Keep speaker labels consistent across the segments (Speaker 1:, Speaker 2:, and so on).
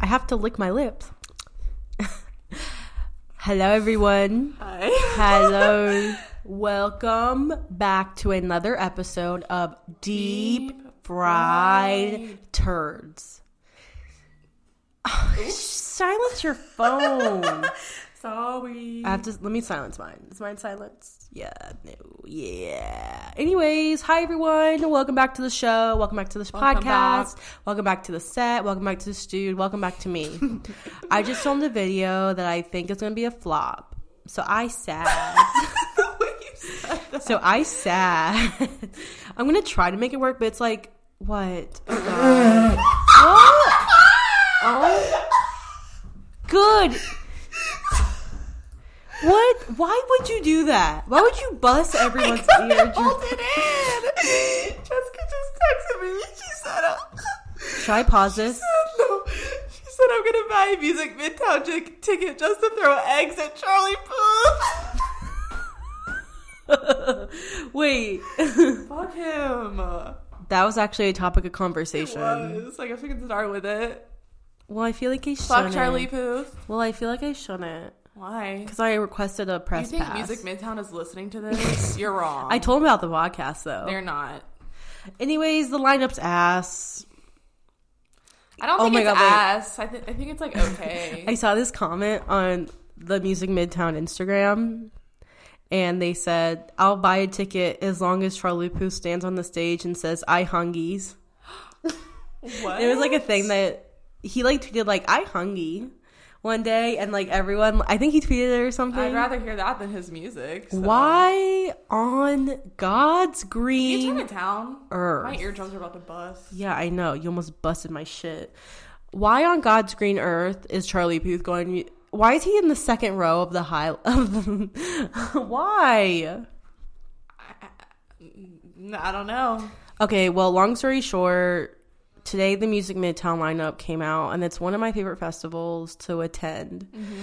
Speaker 1: have to lick my lips. Hello, everyone.
Speaker 2: Hi.
Speaker 1: Hello. Welcome back to another episode of Deep, Fried Turds. Silence your phone.
Speaker 2: Sorry.
Speaker 1: I have to let me silence mine. Is mine silenced? Yeah, no, yeah. Anyways, hi everyone. Welcome back to the show. Welcome back to this
Speaker 2: Welcome
Speaker 1: podcast. Welcome back to the set. Welcome back to the studio. Welcome back to me. I just filmed a video that I think is gonna be a flop. So I sat.
Speaker 2: the way you said that.
Speaker 1: so I sat. I'm gonna try to make it work, but it's like what? Oh, God. What? Oh. Good. What? Why would you do that? Why would you bust everyone's
Speaker 2: couldn't
Speaker 1: ear?
Speaker 2: hold it in. Jessica just texted me. She said, uh,
Speaker 1: Should I pause this?
Speaker 2: "No." She said, "I'm gonna buy a music midtown j- ticket just to throw eggs at Charlie Puth."
Speaker 1: Wait,
Speaker 2: Fuck him.
Speaker 1: that was actually a topic of conversation.
Speaker 2: Was like I should start with it.
Speaker 1: Well, I feel like I shouldn't.
Speaker 2: Fuck Charlie Puth.
Speaker 1: Well, I feel like I shouldn't
Speaker 2: Why?
Speaker 1: because I requested a
Speaker 2: You
Speaker 1: press
Speaker 2: think
Speaker 1: pass.
Speaker 2: Music Midtown is listening to this? You're wrong.
Speaker 1: I told him about the podcast though.
Speaker 2: They're not.
Speaker 1: Anyways, the lineup's ass.
Speaker 2: I don't
Speaker 1: Oh
Speaker 2: think
Speaker 1: my
Speaker 2: it's
Speaker 1: God, wait.
Speaker 2: ass. I, th- I think it's like okay.
Speaker 1: I saw this comment on the Music Midtown Instagram, and they said, "I'll buy a ticket as long as Charlie Puth stands on the stage and says I hungies."
Speaker 2: what?
Speaker 1: It was like a thing that he like tweeted like I hungy one day, and like everyone, I think he tweeted it or something.
Speaker 2: I'd rather hear that than his music. so.
Speaker 1: Why on God's
Speaker 2: He's
Speaker 1: green
Speaker 2: from a town.
Speaker 1: earth?
Speaker 2: My eardrums are about to bust.
Speaker 1: Yeah, I know. You almost busted my shit. Why on God's green earth is Charlie Puth going? Why is he in the second row of the high? Of the, why?
Speaker 2: N- I don't know.
Speaker 1: Okay, well, long story short, today the Music Midtown lineup came out, and it's one of my favorite festivals to attend.
Speaker 2: Mm-hmm.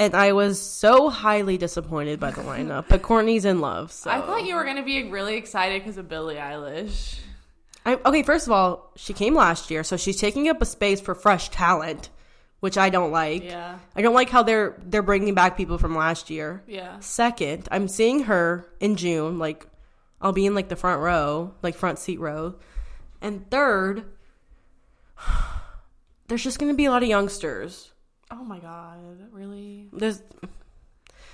Speaker 1: And I was so highly disappointed by the lineup, but Courtney's in love. So,
Speaker 2: I thought you were gonna be really excited because of Billie Eilish.
Speaker 1: I, okay, first of all, she came last year, so she's taking up a space for fresh talent, which I don't like.
Speaker 2: Yeah,
Speaker 1: I don't like how they're they're bringing back people from last year.
Speaker 2: yeah.
Speaker 1: Second, I'm seeing her in June. Like, I'll be in like the front row, like front seat row. And third, there's just going to be a lot of youngsters.
Speaker 2: Oh my god, really?
Speaker 1: There's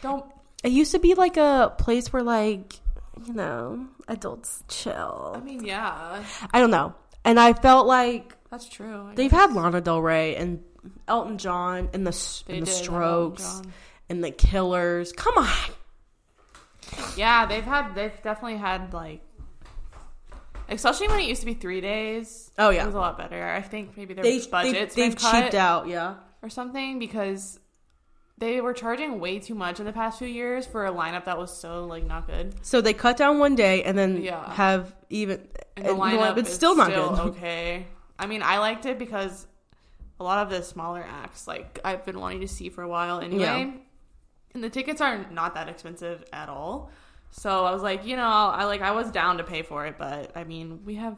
Speaker 2: Don't.
Speaker 1: it used to be like a place where like you know adults
Speaker 2: I
Speaker 1: chill.
Speaker 2: mean, yeah,
Speaker 1: I don't know. And I felt like
Speaker 2: that's true. I
Speaker 1: they've
Speaker 2: guess.
Speaker 1: had Lana Del Rey and Elton John and the
Speaker 2: They
Speaker 1: and the
Speaker 2: did have
Speaker 1: Strokes
Speaker 2: Elton John.
Speaker 1: and the Killers. Come on.
Speaker 2: Yeah, they've had. They've definitely had like. Especially when it used to be three days.
Speaker 1: Oh, yeah.
Speaker 2: it was a lot better. I think maybe their
Speaker 1: They,
Speaker 2: budgets
Speaker 1: they,
Speaker 2: they,
Speaker 1: have
Speaker 2: been cut
Speaker 1: cheaped out, yeah.
Speaker 2: or something because they were charging way too much in the past few years for a lineup that was so like not good.
Speaker 1: So they cut down one day and then
Speaker 2: Yeah.
Speaker 1: have even.
Speaker 2: And the lineup
Speaker 1: it's
Speaker 2: is
Speaker 1: still not good.
Speaker 2: Okay, I mean, I liked it because a lot of the smaller acts, like I've been wanting to see for a while anyway,
Speaker 1: Yeah.
Speaker 2: and the tickets are not that expensive at all. So I was like, you know, I like I was down to pay for it, but I mean, we have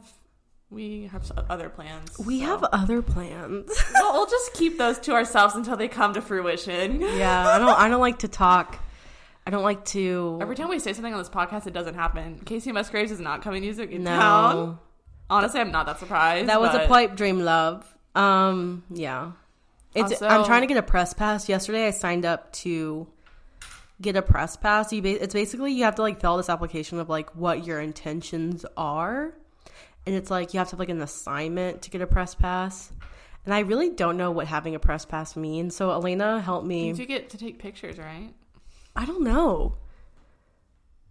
Speaker 2: we have s- other plans.
Speaker 1: We
Speaker 2: so.
Speaker 1: have other plans.
Speaker 2: Well, we'll just keep those to ourselves until they come to fruition.
Speaker 1: yeah, I don't. I don't like to talk. I don't like to.
Speaker 2: Every time we say something on this podcast, it doesn't happen. Casey Musgraves is not coming to music in
Speaker 1: no,
Speaker 2: town. Honestly, I'm not that surprised.
Speaker 1: that was
Speaker 2: but
Speaker 1: a pipe dream, love. Um, yeah. It's. I'm
Speaker 2: Also-
Speaker 1: trying to get a press pass. Yesterday, I signed up to get a press pass. You. Ba- it's basically you have to like fill out this application of like what your intentions are, and it's like you have to have like an assignment to get a press pass. And I really don't know what having a press pass means. So Elena helped me.
Speaker 2: You get to take pictures, right?
Speaker 1: I don't know.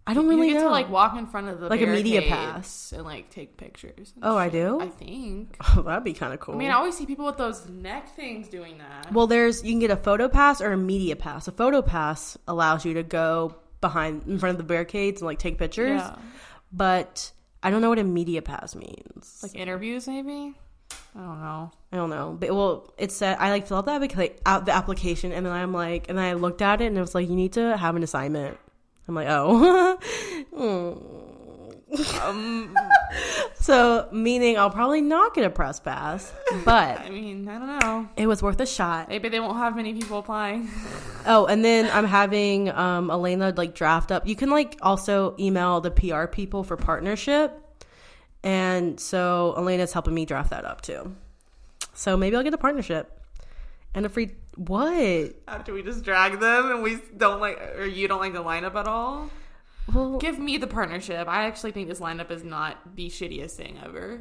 Speaker 1: I don't really
Speaker 2: you get
Speaker 1: know.
Speaker 2: to like walk in front of the
Speaker 1: Like a media
Speaker 2: barricades
Speaker 1: pass.
Speaker 2: and like take pictures. and
Speaker 1: Oh, I
Speaker 2: shit.
Speaker 1: do?
Speaker 2: I think.
Speaker 1: oh, that'd be kind of cool.
Speaker 2: I mean, I always see people with those neck things doing that.
Speaker 1: well, there's you can get a photo pass or a media pass. A photo pass allows you to go behind in front of the barricades and like take pictures.
Speaker 2: yeah.
Speaker 1: But I don't know what a media pass means.
Speaker 2: like interviews, maybe. I don't know.
Speaker 1: I don't know. But well, it said I like filled out the, applica- out the application and then I'm like, and then I looked at it and it was like, you need to have an assignment. I'm like, oh, Mm.
Speaker 2: Um,
Speaker 1: So, meaning I'll probably not get a press pass, but
Speaker 2: I mean, I don't know.
Speaker 1: it was worth a shot.
Speaker 2: Maybe they won't have many people applying.
Speaker 1: Oh, and then I'm having um, Elena like draft up. You can like also email the PR people for partnership. And so Elena's helping me draft that up too. So maybe I'll get a partnership and a free what?
Speaker 2: After we just drag them and we don't like, or you don't like the lineup at all.
Speaker 1: Well,
Speaker 2: Give me the partnership. I actually think this lineup is not the shittiest thing ever.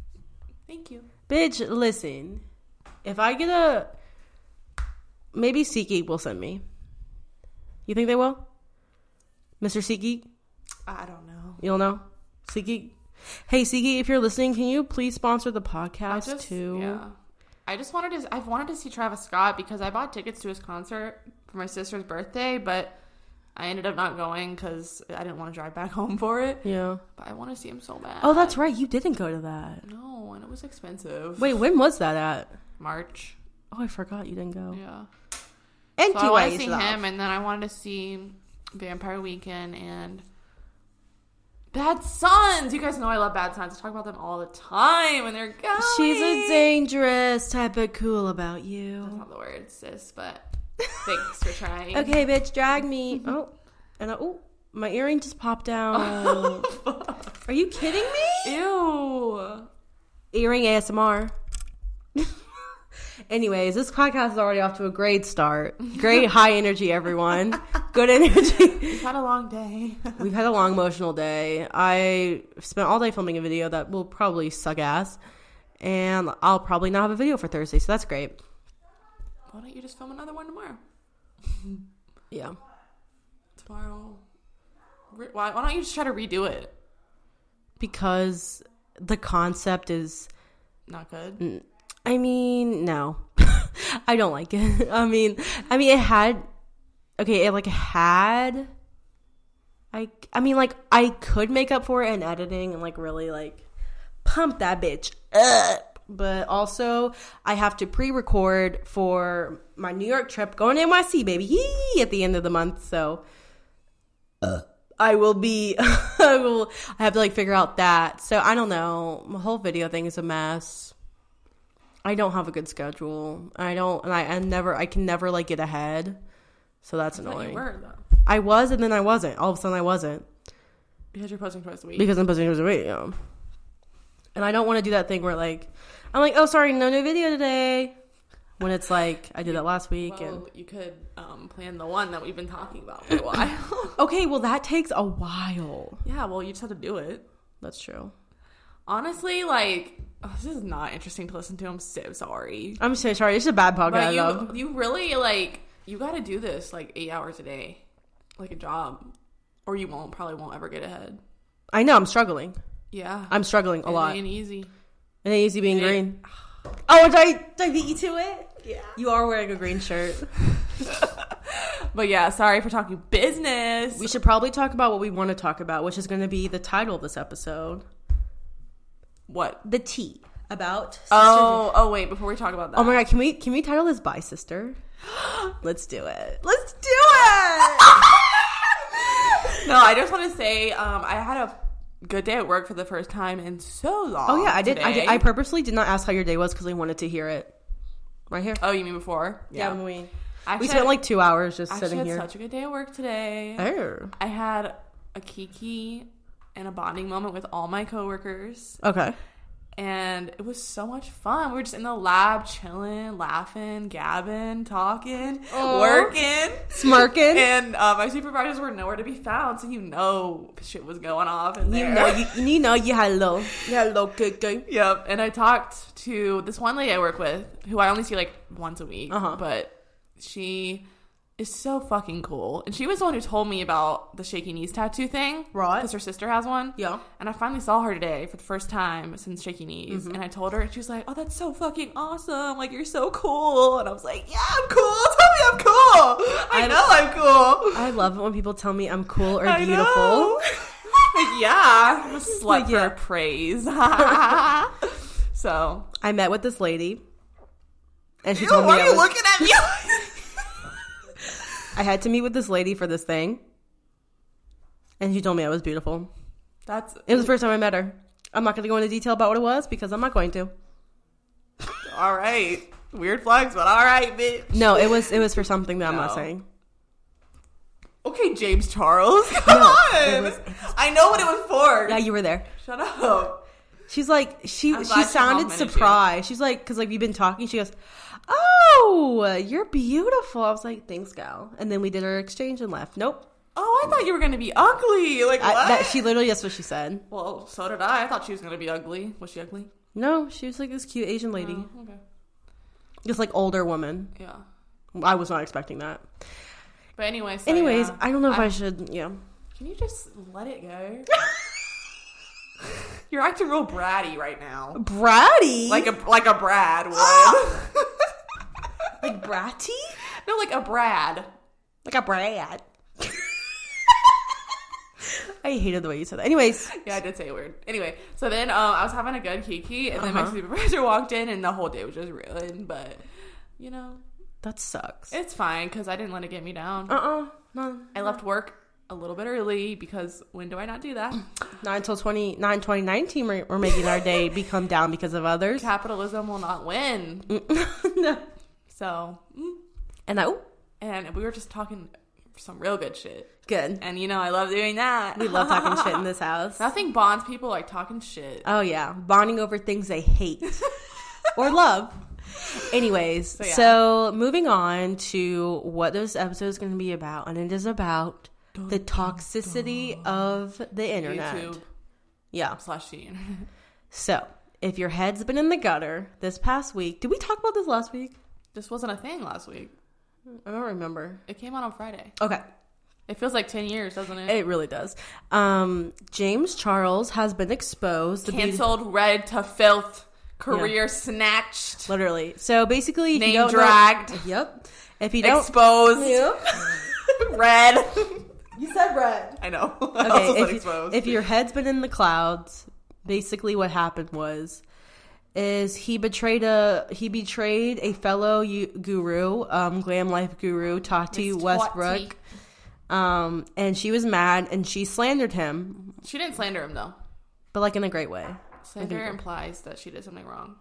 Speaker 2: Thank you.
Speaker 1: bitch, listen. If I get a maybe SeatGeek will send me. You think they will? Mr. SeatGeek?
Speaker 2: I don't know.
Speaker 1: You'll know. SeatGeek. Hey SeatGeek, if you're listening, can you please sponsor the
Speaker 2: I
Speaker 1: podcast
Speaker 2: just,
Speaker 1: too?
Speaker 2: yeah. I just wanted to. I've wanted to see Travis Scott because I bought tickets to his concert for my sister's birthday, but I ended up not going because I didn't want to drive back home for it.
Speaker 1: Yeah.
Speaker 2: But I want to see him so bad.
Speaker 1: Oh, that's right. You didn't go to that.
Speaker 2: no, and it was expensive.
Speaker 1: Wait, when was that at?
Speaker 2: March.
Speaker 1: Oh, I forgot you didn't go.
Speaker 2: Yeah.
Speaker 1: And
Speaker 2: So I wanted to see him, and then I wanted to see Vampire Weekend and Bad Sons. You guys know I love Bad Sons. I talk about them all the time, and they're going.
Speaker 1: She's a dangerous type of cool about
Speaker 2: That's
Speaker 1: you.
Speaker 2: not the word, sis, but thanks for trying.
Speaker 1: Okay, bitch, drag me. oh, and I, oh, my earring just popped
Speaker 2: Oh,
Speaker 1: out. Are you kidding me?
Speaker 2: Ew.
Speaker 1: Earring ASMR. Anyways, this podcast is already off to a great start. Great high energy, everyone. Good energy.
Speaker 2: We've had a long day.
Speaker 1: We've had a long emotional day. I spent all day filming a video that will probably suck ass, and I'll probably not have a video for Thursday, so that's great.
Speaker 2: Why don't you just film another one tomorrow?
Speaker 1: Yeah.
Speaker 2: Tomorrow. Re- Why, why don't you just try to redo it?
Speaker 1: Because the concept is,
Speaker 2: Not good.
Speaker 1: I mean, no. I don't like it. I mean, I mean, it had, okay, it like had, I, I mean, like, I could make up for it in editing and like really like pump that bitch up. But also, I have to pre record for my New York trip going to NYC, baby, yee, at the end of the month. So I will be, I will, I have to like figure out that. So I don't know. My whole video thing is a mess. I don't have a good schedule. I don't, and I, I never, I can never like get ahead. So that's
Speaker 2: That's not your
Speaker 1: annoying.
Speaker 2: word, though.
Speaker 1: I was, and then I wasn't. All of a sudden, I wasn't
Speaker 2: Because you're posting twice a week.
Speaker 1: because I'm posting a video. And I don't want to do that thing where like I'm like, oh sorry, no new video today. When it's like I did that last week and
Speaker 2: well, you could um, plan the one that we've been talking about for a while.
Speaker 1: okay, well that takes a while.
Speaker 2: yeah, well, you just have to do it.
Speaker 1: That's true.
Speaker 2: Honestly, like oh, this is not interesting to listen to. I'm so sorry.
Speaker 1: I'm so sorry. It's a bad podcast. I
Speaker 2: But
Speaker 1: love.
Speaker 2: you, you really like you got to do this like eight hours a day, like a job, or you won't probably won't ever get ahead.
Speaker 1: I know I'm struggling.
Speaker 2: Yeah,
Speaker 1: I'm struggling a
Speaker 2: It
Speaker 1: lot.
Speaker 2: ain't easy.
Speaker 1: And easy being green. Oh, did I, did I beat you to it? Yeah. You are wearing a green shirt.
Speaker 2: But yeah, sorry for talking business.
Speaker 1: We should probably talk about what we want to talk about, which is going to be the title of this episode.
Speaker 2: what?
Speaker 1: The T about
Speaker 2: Oh, oh wait. Before we talk about that,
Speaker 1: Oh my god, can we can we title this "By Sister"? Let's do it.
Speaker 2: let's do it. no, I just want to say um, I had a good day at work for the first time in so long.
Speaker 1: Oh yeah, I did. I, did, I
Speaker 2: today.
Speaker 1: purposely did not ask how your day was because I wanted to hear it right here.
Speaker 2: oh, you mean before?
Speaker 1: Yeah, when we we
Speaker 2: Actually,
Speaker 1: spent like two hours just
Speaker 2: I actually
Speaker 1: sitting
Speaker 2: had
Speaker 1: here.
Speaker 2: such a good day at work today.
Speaker 1: oh,
Speaker 2: I had a kiki and a bonding moment with all my coworkers,
Speaker 1: okay.
Speaker 2: and it was so much fun. We were just in the lab, chilling, laughing, gabbing, talking,
Speaker 1: Aw.
Speaker 2: working.
Speaker 1: Smirking.
Speaker 2: And uh, my supervisors were nowhere to be found, so you know shit was going off in
Speaker 1: you
Speaker 2: there.
Speaker 1: know, you, you know, you had a little, you had a little good game.
Speaker 2: Yep. And I talked to this one lady I work with, who I only see like once a week,
Speaker 1: Uh-huh.
Speaker 2: but she is so fucking cool. And she was the one who told me about the shaky knees tattoo thing,
Speaker 1: Right.
Speaker 2: Because her sister has one.
Speaker 1: Yeah.
Speaker 2: And I finally saw her today for the first time since shaky knees,
Speaker 1: Mm-hmm.
Speaker 2: and I told her, and she was like, "Oh, that's so fucking awesome! Like you're so cool." And I was like, "Yeah, I'm cool. Tell me I'm cool. I,
Speaker 1: I-
Speaker 2: know I'm cool.
Speaker 1: I love it when people tell me I'm cool or
Speaker 2: I
Speaker 1: beautiful.
Speaker 2: know. Like, yeah, I'm a slut
Speaker 1: Like, yeah.
Speaker 2: for praise. so
Speaker 1: I met with this lady, and she
Speaker 2: Ew,
Speaker 1: told me I, was-
Speaker 2: at me?
Speaker 1: I had to meet with this lady for this thing, and she told me I was beautiful.
Speaker 2: That's
Speaker 1: It was the first time I met her. I'm not going to go into detail about what it was because I'm not going to.
Speaker 2: all right. Weird flags, but all right, bitch.
Speaker 1: No, it was it was for something that I'm not
Speaker 2: No.
Speaker 1: saying.
Speaker 2: Okay, James Charles. Come
Speaker 1: No,
Speaker 2: on.
Speaker 1: it was-
Speaker 2: I know what it was for.
Speaker 1: Yeah, you were there.
Speaker 2: Shut up.
Speaker 1: She's like she
Speaker 2: I'm glad
Speaker 1: she
Speaker 2: she
Speaker 1: sounded
Speaker 2: complimented you.
Speaker 1: surprised. She's like because like we've been talking. She goes, "Oh, you're beautiful." I was like, "Thanks, gal." And then we did our exchange and left. Nope.
Speaker 2: Oh, I thought you were gonna be ugly. Like
Speaker 1: I,
Speaker 2: what?
Speaker 1: that, she literally that's what she said.
Speaker 2: well, so did I. I thought she was gonna be ugly. Was she ugly?
Speaker 1: No, she was like this cute Asian lady,
Speaker 2: Oh, okay.
Speaker 1: this like older woman.
Speaker 2: Yeah.
Speaker 1: I was not expecting that.
Speaker 2: But anyway. So,
Speaker 1: Anyways,
Speaker 2: yeah.
Speaker 1: I don't know if I, should. Yeah,
Speaker 2: Can you just let it go? You're acting real bratty right now.
Speaker 1: bratty,
Speaker 2: Like a like a Brad would.
Speaker 1: like bratty,
Speaker 2: no, like a Brad.
Speaker 1: like a brat. I hated the way you said that. Anyways,
Speaker 2: Yeah, I did say it weird. Anyway, so then um, I was having a good kiki, and then my
Speaker 1: Uh-huh.
Speaker 2: supervisor walked in, and the whole day was just ruined. But you know,
Speaker 1: that sucks. Uh
Speaker 2: it's fine because I didn't let it get me down.
Speaker 1: uh no,
Speaker 2: I left work a little bit early because when do I not do that?
Speaker 1: not until 20, 9, 2019 we're, we're making our day become down because of others.
Speaker 2: Capitalism will not win.
Speaker 1: No.
Speaker 2: So, mm.
Speaker 1: And I, ooh,
Speaker 2: and we were just talking some real good shit,
Speaker 1: good.
Speaker 2: and you know I love doing that.
Speaker 1: We love talking shit in this house.
Speaker 2: Nothing bonds people like talking shit.
Speaker 1: Oh yeah, bonding over things they hate or love. Anyways, so,
Speaker 2: yeah.
Speaker 1: moving on to what this episode is going to be about, and it is about the toxicity of the internet.
Speaker 2: YouTube
Speaker 1: Yeah.
Speaker 2: slash the internet.
Speaker 1: So if your head's been in the gutter this past week, did we talk about this last week?
Speaker 2: This wasn't a thing last week.
Speaker 1: I don't remember.
Speaker 2: It came out on Friday.
Speaker 1: Okay,
Speaker 2: It feels like ten years, doesn't it?
Speaker 1: it really does. Um, James Charles has been exposed. The beauty-
Speaker 2: Cancelled, red to filth, career snatched,
Speaker 1: literally. So basically, if you
Speaker 2: Name
Speaker 1: don't know-
Speaker 2: dragged.
Speaker 1: yep. If you don't,
Speaker 2: exposed,
Speaker 1: Yep.
Speaker 2: red.
Speaker 1: you said red.
Speaker 2: I know.
Speaker 1: okay, if, you- if your head's been in the clouds, basically what happened was is he betrayed a he betrayed a fellow u- guru, um, glam life guru Tati
Speaker 2: Miss
Speaker 1: Westbrook, um, and she was mad and she slandered him,
Speaker 2: she didn't slander him though.
Speaker 1: but like in a great way.
Speaker 2: Slander implies that she did something wrong.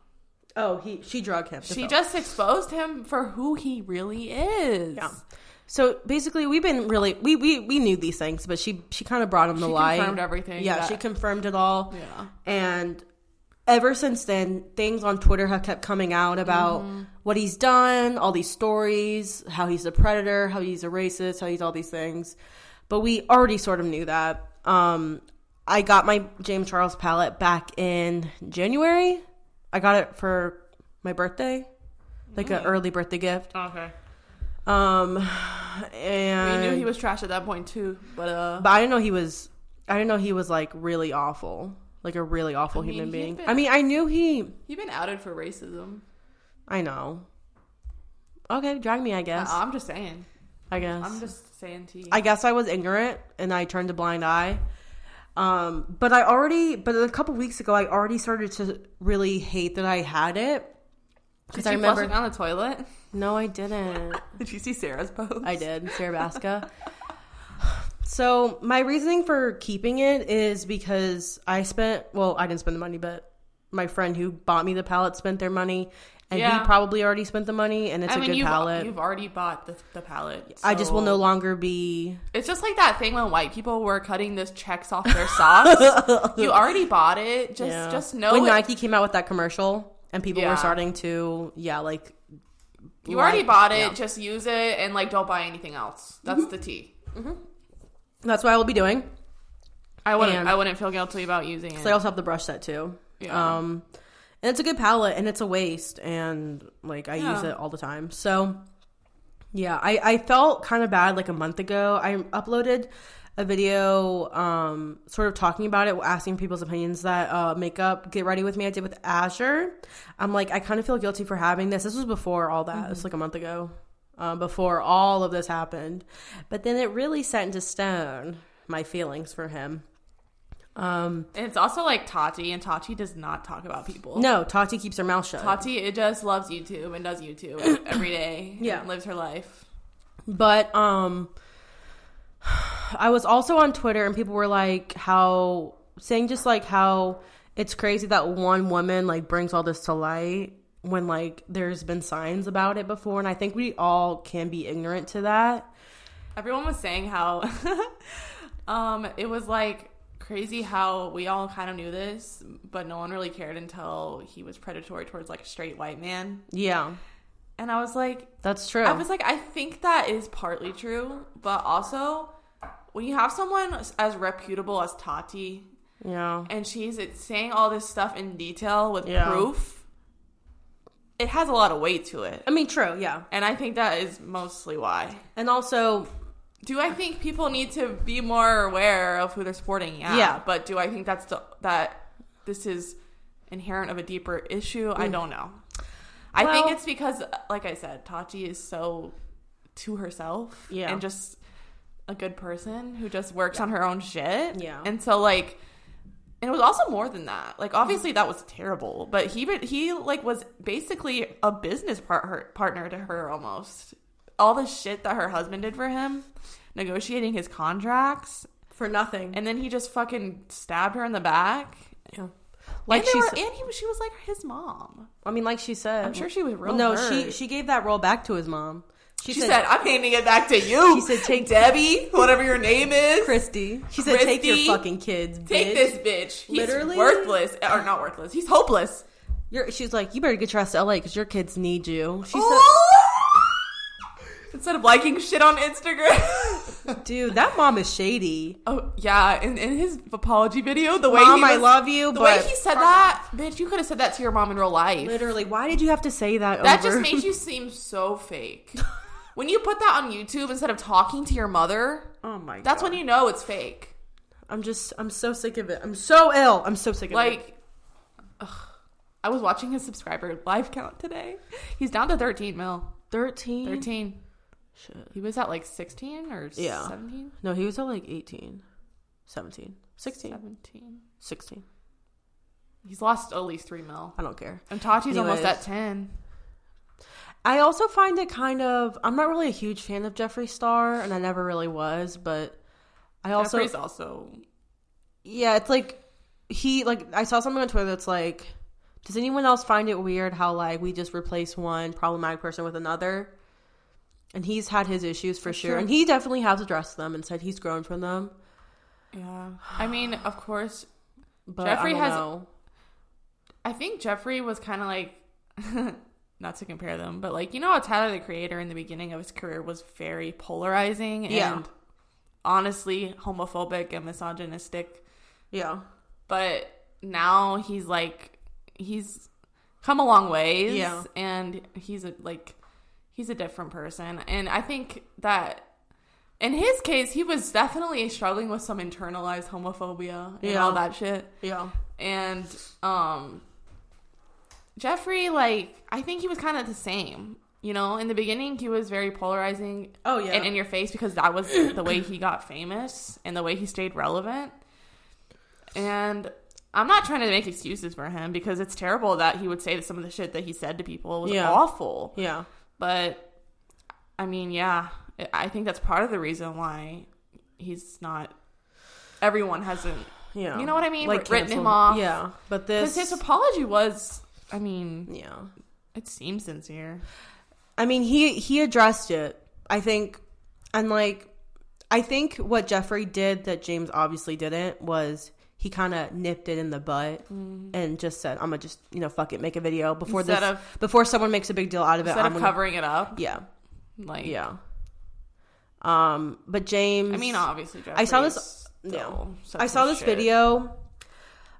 Speaker 1: Oh, he she drug him.
Speaker 2: She just exposed him for who he really is.
Speaker 1: Yeah. So basically, we've been really we we, we knew these things, but she she kind of brought him to
Speaker 2: She
Speaker 1: light.
Speaker 2: confirmed everything
Speaker 1: Yeah,
Speaker 2: that-
Speaker 1: she confirmed it all.
Speaker 2: Yeah.
Speaker 1: and ever since then, things on Twitter have kept coming out about
Speaker 2: Mm-hmm.
Speaker 1: what he's done, all these stories, how he's a predator, how he's a racist, how he's all these things. But we already sort of knew that. Um, I got my James Charles palette back in January. I got it for my birthday, like an early birthday gift.
Speaker 2: Okay.
Speaker 1: Um,
Speaker 2: We
Speaker 1: and
Speaker 2: knew he was trash at that point too, but uh,
Speaker 1: but I didn't know he was. I didn't know he was like really awful, like a really awful
Speaker 2: mean,
Speaker 1: human
Speaker 2: he
Speaker 1: being.
Speaker 2: had been-
Speaker 1: I mean, I knew he.
Speaker 2: he been outed for racism.
Speaker 1: I know. Okay, drag me. I guess.
Speaker 2: I- I'm just saying.
Speaker 1: I guess.
Speaker 2: Uh, I'm just saying to you.
Speaker 1: I guess I was ignorant and I turned a blind eye. Um, but I already, but a couple weeks ago, I already started to really hate that I had it because
Speaker 2: Did
Speaker 1: I
Speaker 2: you
Speaker 1: remember.
Speaker 2: flush it down the toilet?
Speaker 1: No, I didn't.
Speaker 2: Did you see Sarah's post?
Speaker 1: I did, Sarah Basca. so my reasoning for keeping it is because I spent well, I didn't spend the money, but my friend who bought me the palette spent their money, and
Speaker 2: Yeah.
Speaker 1: he probably already spent the money, and it's
Speaker 2: I
Speaker 1: a
Speaker 2: mean,
Speaker 1: good
Speaker 2: you've,
Speaker 1: palette.
Speaker 2: you've already bought the, the palette.
Speaker 1: I just will
Speaker 2: so-
Speaker 1: no longer be.
Speaker 2: It's just like that thing when white people were cutting those checks off their socks. you already bought it. Just
Speaker 1: Yeah.
Speaker 2: just know
Speaker 1: when
Speaker 2: it.
Speaker 1: Nike came out with that commercial, and people
Speaker 2: Yeah.
Speaker 1: were starting to yeah, like
Speaker 2: you already
Speaker 1: like-
Speaker 2: bought it.
Speaker 1: yeah. Mm-hmm.
Speaker 2: Just use it and like don't buy anything else. That's the T.
Speaker 1: That's what I will be doing.
Speaker 2: I wouldn't.
Speaker 1: And-
Speaker 2: I wouldn't feel guilty about using it.
Speaker 1: So I also have the brush set too.
Speaker 2: Yeah.
Speaker 1: Um, and it's a good palette and it's a waste and like I use
Speaker 2: Yeah.
Speaker 1: it all the time. So yeah, I, I felt kind of bad like a month ago. I uploaded a video um, sort of talking about it, asking people's opinions that uh, makeup get ready with me I did with Azure. I'm like, I kind of feel guilty for having this. This was before all that. It was like a month ago, um, before all of this happened. But then it really set into stone my feelings for him. Um,
Speaker 2: and it's also like Tati, and Tati does not talk about people.
Speaker 1: no, Tati keeps her mouth shut.
Speaker 2: Tati it just loves YouTube and does YouTube every day. and
Speaker 1: Yeah.
Speaker 2: lives her life.
Speaker 1: But um I was also on Twitter and people were like how saying just like how it's crazy that one woman like brings all this to light when like there's been signs about it before and I think we all can be ignorant to that.
Speaker 2: Everyone was saying how um it was like crazy how we all kind of knew this, but no one really cared until he was predatory towards like a straight white man.
Speaker 1: Yeah.
Speaker 2: And I was like,
Speaker 1: That's true.
Speaker 2: I was like, I think that is partly true, but also when you have someone as reputable as Tati
Speaker 1: yeah.
Speaker 2: and she's saying all this stuff in detail with
Speaker 1: Yeah.
Speaker 2: proof, it has a lot of weight to it.
Speaker 1: I mean true, yeah.
Speaker 2: And I think that is mostly why.
Speaker 1: And also
Speaker 2: Do I think people need to be more aware of who they're supporting? Yeah.
Speaker 1: Yeah.
Speaker 2: But do I think that's the, that this is inherent of a deeper issue? I don't know. I
Speaker 1: Mm. Well-
Speaker 2: think it's because, like I said, Tachi is so to herself
Speaker 1: Yeah.
Speaker 2: and just a good person who just works on her own shit.
Speaker 1: Yeah.
Speaker 2: And so, like, and it was also more than that. Like, obviously, that was terrible, but he re- he like was basically a business part- partner to her almost. All the shit that her husband did for him, negotiating his contracts,
Speaker 1: for nothing.
Speaker 2: and then he just fucking stabbed her in the back.
Speaker 1: yeah.
Speaker 2: Like
Speaker 1: Like
Speaker 2: and they
Speaker 1: she
Speaker 2: were,
Speaker 1: said,
Speaker 2: and he was, she was like his mom.
Speaker 1: I mean like she said
Speaker 2: I'm sure she was real.
Speaker 1: Uh-huh. Well, no,
Speaker 2: hurt.
Speaker 1: she she gave that role back to his mom.
Speaker 2: She said, "I'm handing it back to you."
Speaker 1: She said, "Take-
Speaker 2: Debbie, whatever your name is.
Speaker 1: Christy. She said, "Take your
Speaker 2: Christy,
Speaker 1: fucking kids, bitch."
Speaker 2: Take this bitch. He's
Speaker 1: Literally?
Speaker 2: worthless, or not worthless. He's hopeless."
Speaker 1: You're, she's like, "You better get your ass to LA because your kids need you." She
Speaker 2: Oh. Instead of liking shit on Instagram.
Speaker 1: said, "Dude, that mom is shady."
Speaker 2: oh yeah, in, in his apology video, the way
Speaker 1: Mom,
Speaker 2: he was,
Speaker 1: I love you,
Speaker 2: the
Speaker 1: but
Speaker 2: way he said that, bitch, you could have said that to your mom in real life.
Speaker 1: literally, why did you have to say that?
Speaker 2: That
Speaker 1: over-
Speaker 2: just makes you seem so fake. when you put that on YouTube instead of talking to your mother,
Speaker 1: Oh my god.
Speaker 2: that's when you know it's fake.
Speaker 1: I'm just. I'm so sick of it. I'm so ill. I'm so sick of it.
Speaker 2: Like, ugh. I was watching his subscriber live count today. He's down to thirteen mil.
Speaker 1: Thirteen.
Speaker 2: Thirteen.
Speaker 1: Shit.
Speaker 2: He was at like sixteen or
Speaker 1: Yeah.
Speaker 2: seventeen.
Speaker 1: No, he was at like 18, 17, 16,
Speaker 2: Seventeen.
Speaker 1: 16.
Speaker 2: He's lost at least three mil.
Speaker 1: I don't care.
Speaker 2: And Tati's almost
Speaker 1: Anyways.
Speaker 2: at ten.
Speaker 1: I also find it kind of. I'm not really a huge fan of Jeffree Star, and I never really was, but I also.
Speaker 2: Jeffrey's also
Speaker 1: Yeah, it's like he like I saw something on Twitter that's like, does anyone else find it weird how like we just replace one problematic person with another? And he's had his issues for sure,
Speaker 2: sure.
Speaker 1: and he definitely has addressed them and said he's grown from them.
Speaker 2: yeah. I mean, of course,
Speaker 1: But
Speaker 2: Jeffrey
Speaker 1: Jeffrey
Speaker 2: has-
Speaker 1: has
Speaker 2: I think Jeffrey was kind of like, not to compare them, but like you know how Tyler the Creator in the beginning of his career was very polarizing and
Speaker 1: Yeah.
Speaker 2: honestly homophobic and misogynistic,
Speaker 1: yeah,
Speaker 2: but now he's like he's come a long ways,
Speaker 1: Yeah.
Speaker 2: and he's a, like he's a different person, and I think that. In his case, he was definitely struggling with some internalized homophobia and
Speaker 1: Yeah.
Speaker 2: all that shit
Speaker 1: yeah,
Speaker 2: and um Jeffrey like I think he was kind of the same. You know, in the beginning he was very polarizing
Speaker 1: oh yeah,
Speaker 2: and in your face because that was the way he got famous and the way he stayed relevant. And I'm not trying to make excuses for him because it's terrible that he would say that some of the shit that he said to people was
Speaker 1: Yeah.
Speaker 2: awful.
Speaker 1: yeah,
Speaker 2: But I mean, yeah, I- I think that's part of the reason why he's not everyone hasn't
Speaker 1: yeah.
Speaker 2: You know what I mean?
Speaker 1: Like
Speaker 2: Written him
Speaker 1: canceled-
Speaker 2: off.
Speaker 1: Yeah, but
Speaker 2: because
Speaker 1: this.
Speaker 2: his apology was, I mean,
Speaker 1: yeah,
Speaker 2: it seems sincere.
Speaker 1: I mean, he he addressed it. I think, and like, I think what Jeffrey did that James obviously didn't was he kind of nipped it in the butt and just said, "I'm gonna just you know fuck it, make a video before
Speaker 2: Instead
Speaker 1: this
Speaker 2: of-
Speaker 1: before someone makes a big deal out of it."
Speaker 2: Instead
Speaker 1: I'm
Speaker 2: of
Speaker 1: gonna,
Speaker 2: covering it up,
Speaker 1: yeah,
Speaker 2: like,
Speaker 1: yeah. Um, but James,
Speaker 2: I mean, obviously, Jeffrey
Speaker 1: I saw this-
Speaker 2: Still said
Speaker 1: I saw
Speaker 2: some
Speaker 1: this
Speaker 2: shit.
Speaker 1: video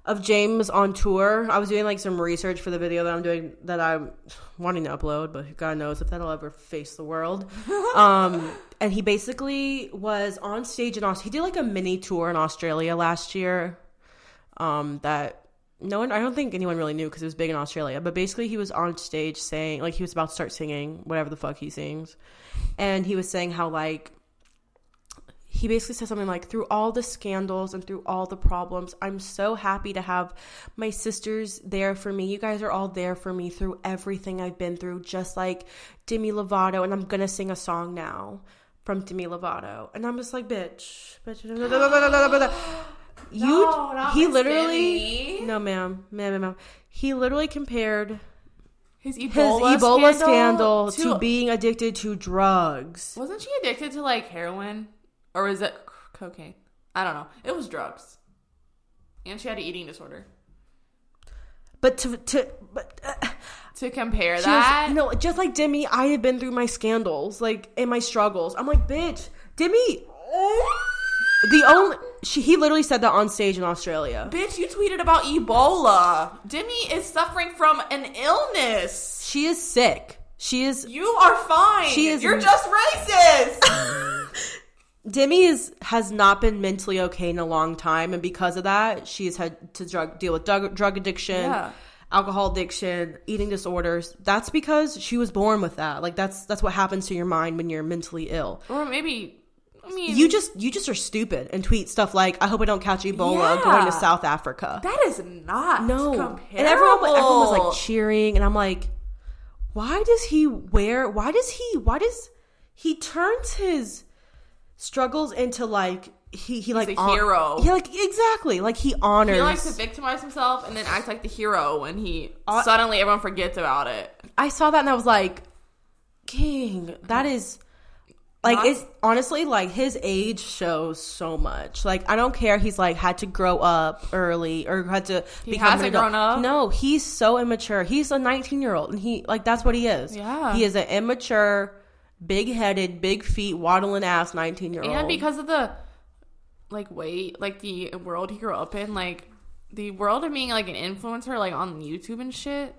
Speaker 1: of James on tour. I was doing like some research for the video that I'm doing that I'm wanting to upload, but God knows if that'll ever face the world. um, and he basically was on stage in Australia. He did like a mini tour in Australia last year. Um, that no one, I don't think anyone really knew because it was big in Australia. But basically, he was on stage saying like he was about to start singing whatever the fuck he sings, and he was saying how like he basically said something like through all the scandals and through all the problems i'm so happy to have my sisters there for me you guys are all there for me through everything i've been through just like demi lovato and i'm gonna sing a song now from demi lovato and i'm just like bitch bitch You
Speaker 2: No, not
Speaker 1: he
Speaker 2: Miss
Speaker 1: literally
Speaker 2: Skinny.
Speaker 1: No, ma'am. Ma'am, ma'am, ma'am. He literally compared
Speaker 2: his
Speaker 1: his
Speaker 2: Ebola,
Speaker 1: Ebola,
Speaker 2: scandal,
Speaker 1: scandal, to being addicted to drugs.
Speaker 2: Wasn't she addicted to like heroin or was it c- cocaine? I don't know. It was drugs, and she had an eating disorder.
Speaker 1: But to to but uh,
Speaker 2: To compare
Speaker 1: she was-
Speaker 2: that,
Speaker 1: you know, just like Demi, I had been through my scandals, like and my struggles. I'm like, bitch, Demi. The only she he literally said that on stage in Australia.
Speaker 2: bitch, you tweeted about Ebola. Demi is suffering from an illness.
Speaker 1: She is sick. She is
Speaker 2: You are fine.
Speaker 1: She is-
Speaker 2: You're just racist.
Speaker 1: Demi is has not been mentally okay in a long time, and because of that, she's had to drug deal with drug, drug addiction,
Speaker 2: Yeah.
Speaker 1: alcohol addiction, eating disorders. That's because she was born with that. Like that's that's what happens to your mind when you're mentally ill.
Speaker 2: or maybe, I mean,
Speaker 1: You just you just are stupid and tweet stuff like, "I hope I don't catch Ebola
Speaker 2: Yeah.
Speaker 1: going to South Africa."
Speaker 2: that is not
Speaker 1: no,
Speaker 2: comparable.
Speaker 1: and everyone everyone was like cheering, and I'm like, why does he wear? Why does he? Why does he turns his struggles into like he he like
Speaker 2: a hero.
Speaker 1: Yeah, like exactly. Like he honors.
Speaker 2: He likes to victimize himself and then act like the hero when he suddenly everyone forgets about it.
Speaker 1: I saw that and I was like, King, that is like
Speaker 2: Not-
Speaker 1: it's honestly like his age shows so much. Like I don't care he's like had to grow up early or had to he become
Speaker 2: hasn't
Speaker 1: an adult.
Speaker 2: grown up.
Speaker 1: No, he's so immature. He's a 19-year-old and he like that's what he is.
Speaker 2: Yeah.
Speaker 1: He is an immature, big-headed, big feet, waddling ass 19-year-old.
Speaker 2: And because of the like weight, like the world he grew up in, like the world of being like an influencer, like on YouTube and shit,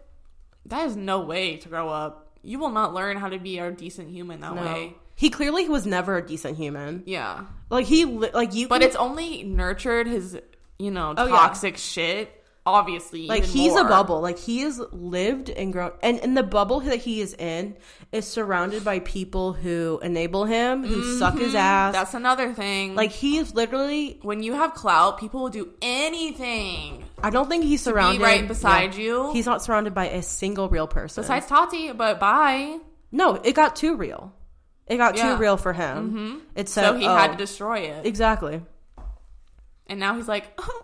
Speaker 2: that is no way to grow up. You will not learn how to be a decent human that way.
Speaker 1: no. he clearly was never a decent human.
Speaker 2: Yeah.
Speaker 1: Like he li- like you
Speaker 2: But
Speaker 1: can-
Speaker 2: it's only nurtured his, you know,
Speaker 1: Oh, yeah.
Speaker 2: toxic shit. Obviously.
Speaker 1: like
Speaker 2: even
Speaker 1: he's a
Speaker 2: more.
Speaker 1: bubble like he has lived and grown and and the bubble that he is in is surrounded by people who enable him who suck his ass
Speaker 2: Mm-hmm. That's another thing.
Speaker 1: like he is literally
Speaker 2: when you have clout, people will do anything.
Speaker 1: i don't think he's surrounded
Speaker 2: right beside you.
Speaker 1: he's not surrounded by a single real person
Speaker 2: Besides Tati, but bye.
Speaker 1: no it got too real it got
Speaker 2: Yeah. Mm-hmm.
Speaker 1: too real for him it said
Speaker 2: So he had to
Speaker 1: oh.
Speaker 2: destroy it.
Speaker 1: exactly
Speaker 2: And now he's like, oh,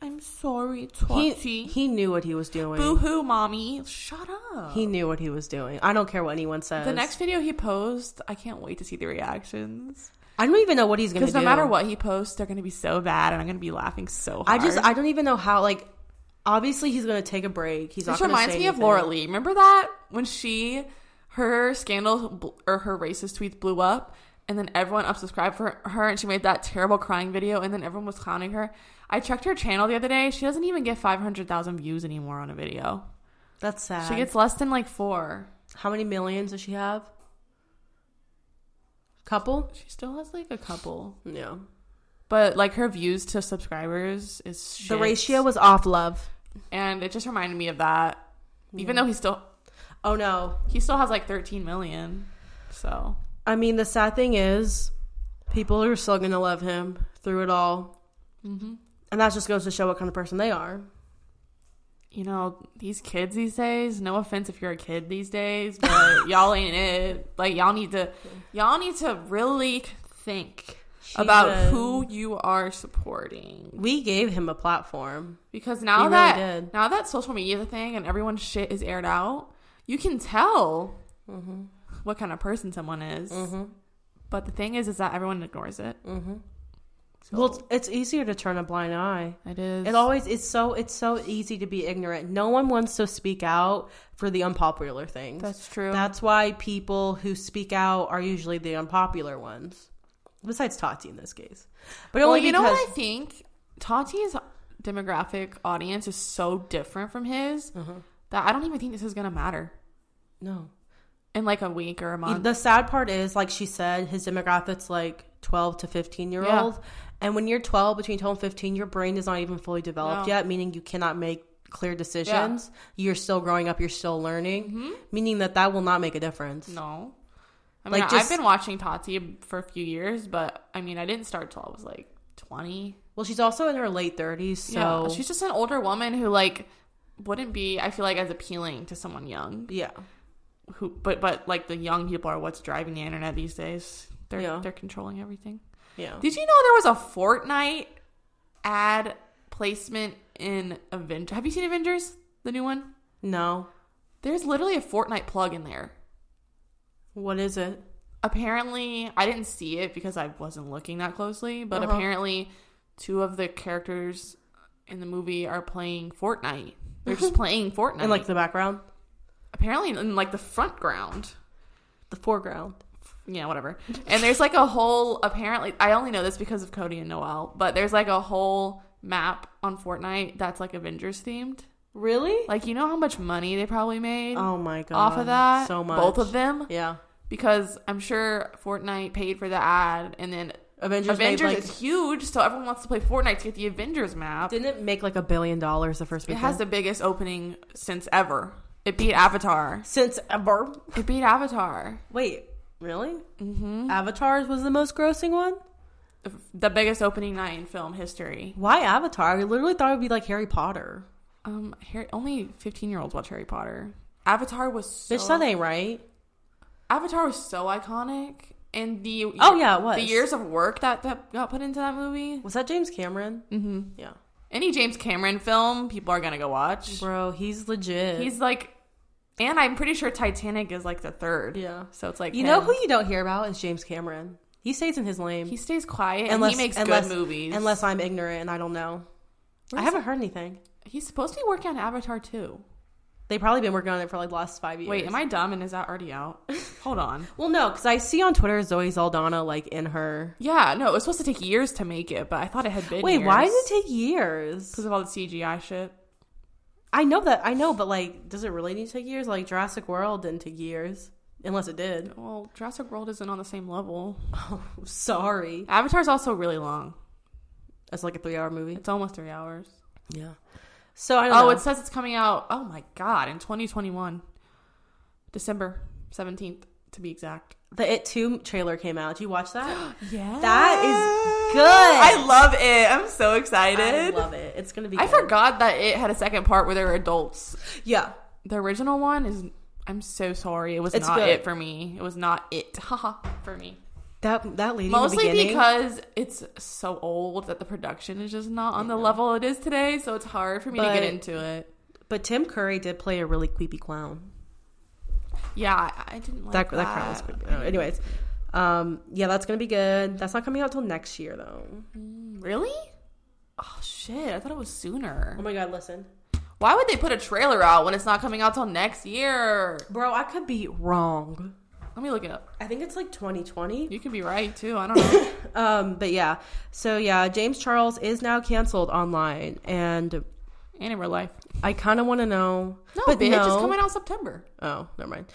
Speaker 2: I'm sorry,
Speaker 1: he,
Speaker 2: Tati.
Speaker 1: he knew what he was doing
Speaker 2: Boo hoo, mommy. Shut up.
Speaker 1: he knew what he was doing i don't care what anyone says
Speaker 2: the next video he posts, I can't wait to see the reactions.
Speaker 1: i don't even know what he's gonna do
Speaker 2: Because no matter what he posts, they're going to be so bad and I'm going to be laughing so
Speaker 1: I
Speaker 2: hard.
Speaker 1: just I don't even know how like obviously he's gonna take a break. He's
Speaker 2: Which
Speaker 1: not
Speaker 2: reminds me of Laura Lee. Remember that? When she, her scandal bl- or her racist tweets blew up and then everyone unsubscribed for her and she made that terrible crying video and then everyone was clowning her. I checked her channel the other day. She doesn't even get 500,000 views anymore on a video.
Speaker 1: That's sad.
Speaker 2: She gets less than like four.
Speaker 1: how many millions does she have? Couple?
Speaker 2: She still has like a couple,
Speaker 1: No.
Speaker 2: but like her views to subscribers is shit.
Speaker 1: The ratio was off love.
Speaker 2: and it just reminded me of that. Even though he still
Speaker 1: Oh no.
Speaker 2: he still has like 13 million, so
Speaker 1: I mean the sad thing is people are still gonna love him through it all.
Speaker 2: Mm-hmm.
Speaker 1: And that just goes to show what kind of person they are.
Speaker 2: you know these kids these days. No offense if you're a kid these days, but y'all ain't it. Like y'all need to y'all need to really think about
Speaker 1: said-
Speaker 2: who you are supporting.
Speaker 1: We gave him a platform.
Speaker 2: Because
Speaker 1: He
Speaker 2: now
Speaker 1: really
Speaker 2: that
Speaker 1: did.
Speaker 2: now that social media is a thing and everyone's shit is aired out, you can tell
Speaker 1: Mm-hmm.
Speaker 2: what kind of person someone is. But the thing is, is that everyone ignores it. So,
Speaker 1: Well, it's easier to turn a blind eye.
Speaker 2: it is.
Speaker 1: It always it's so it's so easy to be ignorant. No one wants to speak out for the unpopular things.
Speaker 2: that's true.
Speaker 1: That's why people who speak out are usually the unpopular ones. Besides Tati in this case. But
Speaker 2: well,
Speaker 1: only
Speaker 2: you know
Speaker 1: because
Speaker 2: what I think? Tati's demographic audience is so different from his that I don't even think this is gonna matter
Speaker 1: no.
Speaker 2: in like a week or a month.
Speaker 1: The sad part is like she said his demographic's like 12 to 15 year
Speaker 2: Yeah.
Speaker 1: old. And when you're 12 between 12 and 15 your brain is not even fully developed
Speaker 2: No.
Speaker 1: yet, meaning you cannot make clear decisions. You're still growing up, you're still learning,
Speaker 2: Mm-hmm.
Speaker 1: meaning that that will not make a difference.
Speaker 2: No. I mean,
Speaker 1: Like,
Speaker 2: I've
Speaker 1: just-
Speaker 2: been watching Tati for a few years, but I mean, I didn't start till I was like 20.
Speaker 1: Well, she's also in her late 30s, so
Speaker 2: yeah, she's just an older woman who like wouldn't be I feel like as appealing to someone young.
Speaker 1: yeah.
Speaker 2: Who but but like the young people are what's driving the internet these days. They're
Speaker 1: Yeah.
Speaker 2: they're controlling everything.
Speaker 1: Yeah.
Speaker 2: Did you know there was a Fortnite ad placement in Avengers. Have you seen Avengers, the new one?
Speaker 1: No.
Speaker 2: There's literally a Fortnite plug in there.
Speaker 1: What is it?
Speaker 2: Apparently, I didn't see it because I wasn't looking that closely, but
Speaker 1: Uh-huh.
Speaker 2: apparently, two of the characters in the movie are playing Fortnite. They're just playing Fortnite.
Speaker 1: In like the background?
Speaker 2: apparently in like the front ground.
Speaker 1: The foreground.
Speaker 2: yeah, whatever. And there's like a whole apparently I only know this because of Cody and Noel, but there's like a whole map on Fortnite that's like Avengers themed.
Speaker 1: Really?
Speaker 2: Like you know how much money they probably made
Speaker 1: oh my god.
Speaker 2: off of that?
Speaker 1: So much.
Speaker 2: Both of them?
Speaker 1: Yeah.
Speaker 2: Because I'm sure Fortnite paid for the ad and then
Speaker 1: Avengers,
Speaker 2: Avengers
Speaker 1: made like
Speaker 2: is huge, so everyone wants to play Fortnite to get the Avengers map.
Speaker 1: didn't it make like a billion dollars the first
Speaker 2: It
Speaker 1: weekend?
Speaker 2: has the biggest opening since ever. It beat Avatar.
Speaker 1: since ever.
Speaker 2: It beat Avatar.
Speaker 1: Wait, really? Mm-hmm. Avatars was the most grossing one.
Speaker 2: The biggest opening night in film history.
Speaker 1: Why Avatar? I literally thought it would be like Harry Potter.
Speaker 2: Um, Harry, only fifteen year olds watch Harry Potter. Avatar was so
Speaker 1: Bitch, that ain't right.
Speaker 2: Avatar was so iconic, and the
Speaker 1: Oh, yeah, it was.
Speaker 2: the years of work that that got put into that movie.
Speaker 1: Was that James Cameron?
Speaker 2: Mm-hmm.
Speaker 1: Yeah,
Speaker 2: Any James Cameron film, people are gonna go watch.
Speaker 1: bro, he's legit.
Speaker 2: He's like, and I'm pretty sure Titanic is like the third.
Speaker 1: yeah.
Speaker 2: So it's like
Speaker 1: You
Speaker 2: him.
Speaker 1: know who you don't hear about is James Cameron. He stays in his lane.
Speaker 2: he stays quiet
Speaker 1: unless
Speaker 2: and he makes
Speaker 1: unless,
Speaker 2: good movies.
Speaker 1: Unless I'm ignorant and I don't know.
Speaker 2: Where
Speaker 1: I
Speaker 2: is-
Speaker 1: haven't heard anything.
Speaker 2: he's supposed to be working on Avatar too.
Speaker 1: They've probably been working on it for like the last five years.
Speaker 2: Wait, am I dumb? And is that already out? Hold on.
Speaker 1: Well, no, because I see on Twitter Zoe Saldana like in her.
Speaker 2: Yeah, no, it was supposed to take years to make it, but I thought it had been.
Speaker 1: Wait, why
Speaker 2: years.
Speaker 1: does it take years?
Speaker 2: because of all the CGI shit.
Speaker 1: I know that I know, but like, does it really need to take years? Like Jurassic World didn't take years, unless it did.
Speaker 2: Well, Jurassic World isn't on the same level.
Speaker 1: Sorry,
Speaker 2: Avatar's also really long.
Speaker 1: that's like a three-hour movie.
Speaker 2: It's almost three hours.
Speaker 1: Yeah. So I don't
Speaker 2: Oh,
Speaker 1: know.
Speaker 2: it says it's coming out. Oh my god, in 2021, December 17th to be exact.
Speaker 1: the It Two trailer came out. Did you watch that?
Speaker 2: Yeah,
Speaker 1: That is good.
Speaker 2: I love it. I'm so excited.
Speaker 1: I
Speaker 2: I,
Speaker 1: love it. It's gonna be. good.
Speaker 2: forgot that it had a second part where there were adults.
Speaker 1: Yeah,
Speaker 2: The original one is. I'm so sorry. It was
Speaker 1: It's
Speaker 2: not
Speaker 1: good.
Speaker 2: it for me. It was not it. Haha, for me.
Speaker 1: that that lady. in the
Speaker 2: Mostly
Speaker 1: beginning-
Speaker 2: because it's so old that the production is just not on the level it is today, so it's hard for me to
Speaker 1: But-
Speaker 2: get into it.
Speaker 1: but Tim Curry did play a really creepy clown.
Speaker 2: Yeah, I, I didn't like
Speaker 1: That
Speaker 2: that.
Speaker 1: that, clown was creepy. Oh, anyways, um, yeah, that's gonna be good. That's not coming out till next year though.
Speaker 2: Mm, Really? Oh shit! I thought it was sooner.
Speaker 1: Oh my god, listen,
Speaker 2: Why would they put a trailer out when it's not coming out till next year?
Speaker 1: bro, I could be wrong.
Speaker 2: Let me look it up.
Speaker 1: I think it's like 2020.
Speaker 2: You could be right too. I don't know.
Speaker 1: Um, but yeah, so yeah, James Charles is now canceled online, and
Speaker 2: and in real life,
Speaker 1: I kind of want to know.
Speaker 2: no,
Speaker 1: but
Speaker 2: bitch,
Speaker 1: no.
Speaker 2: it's coming out September.
Speaker 1: Oh, never mind.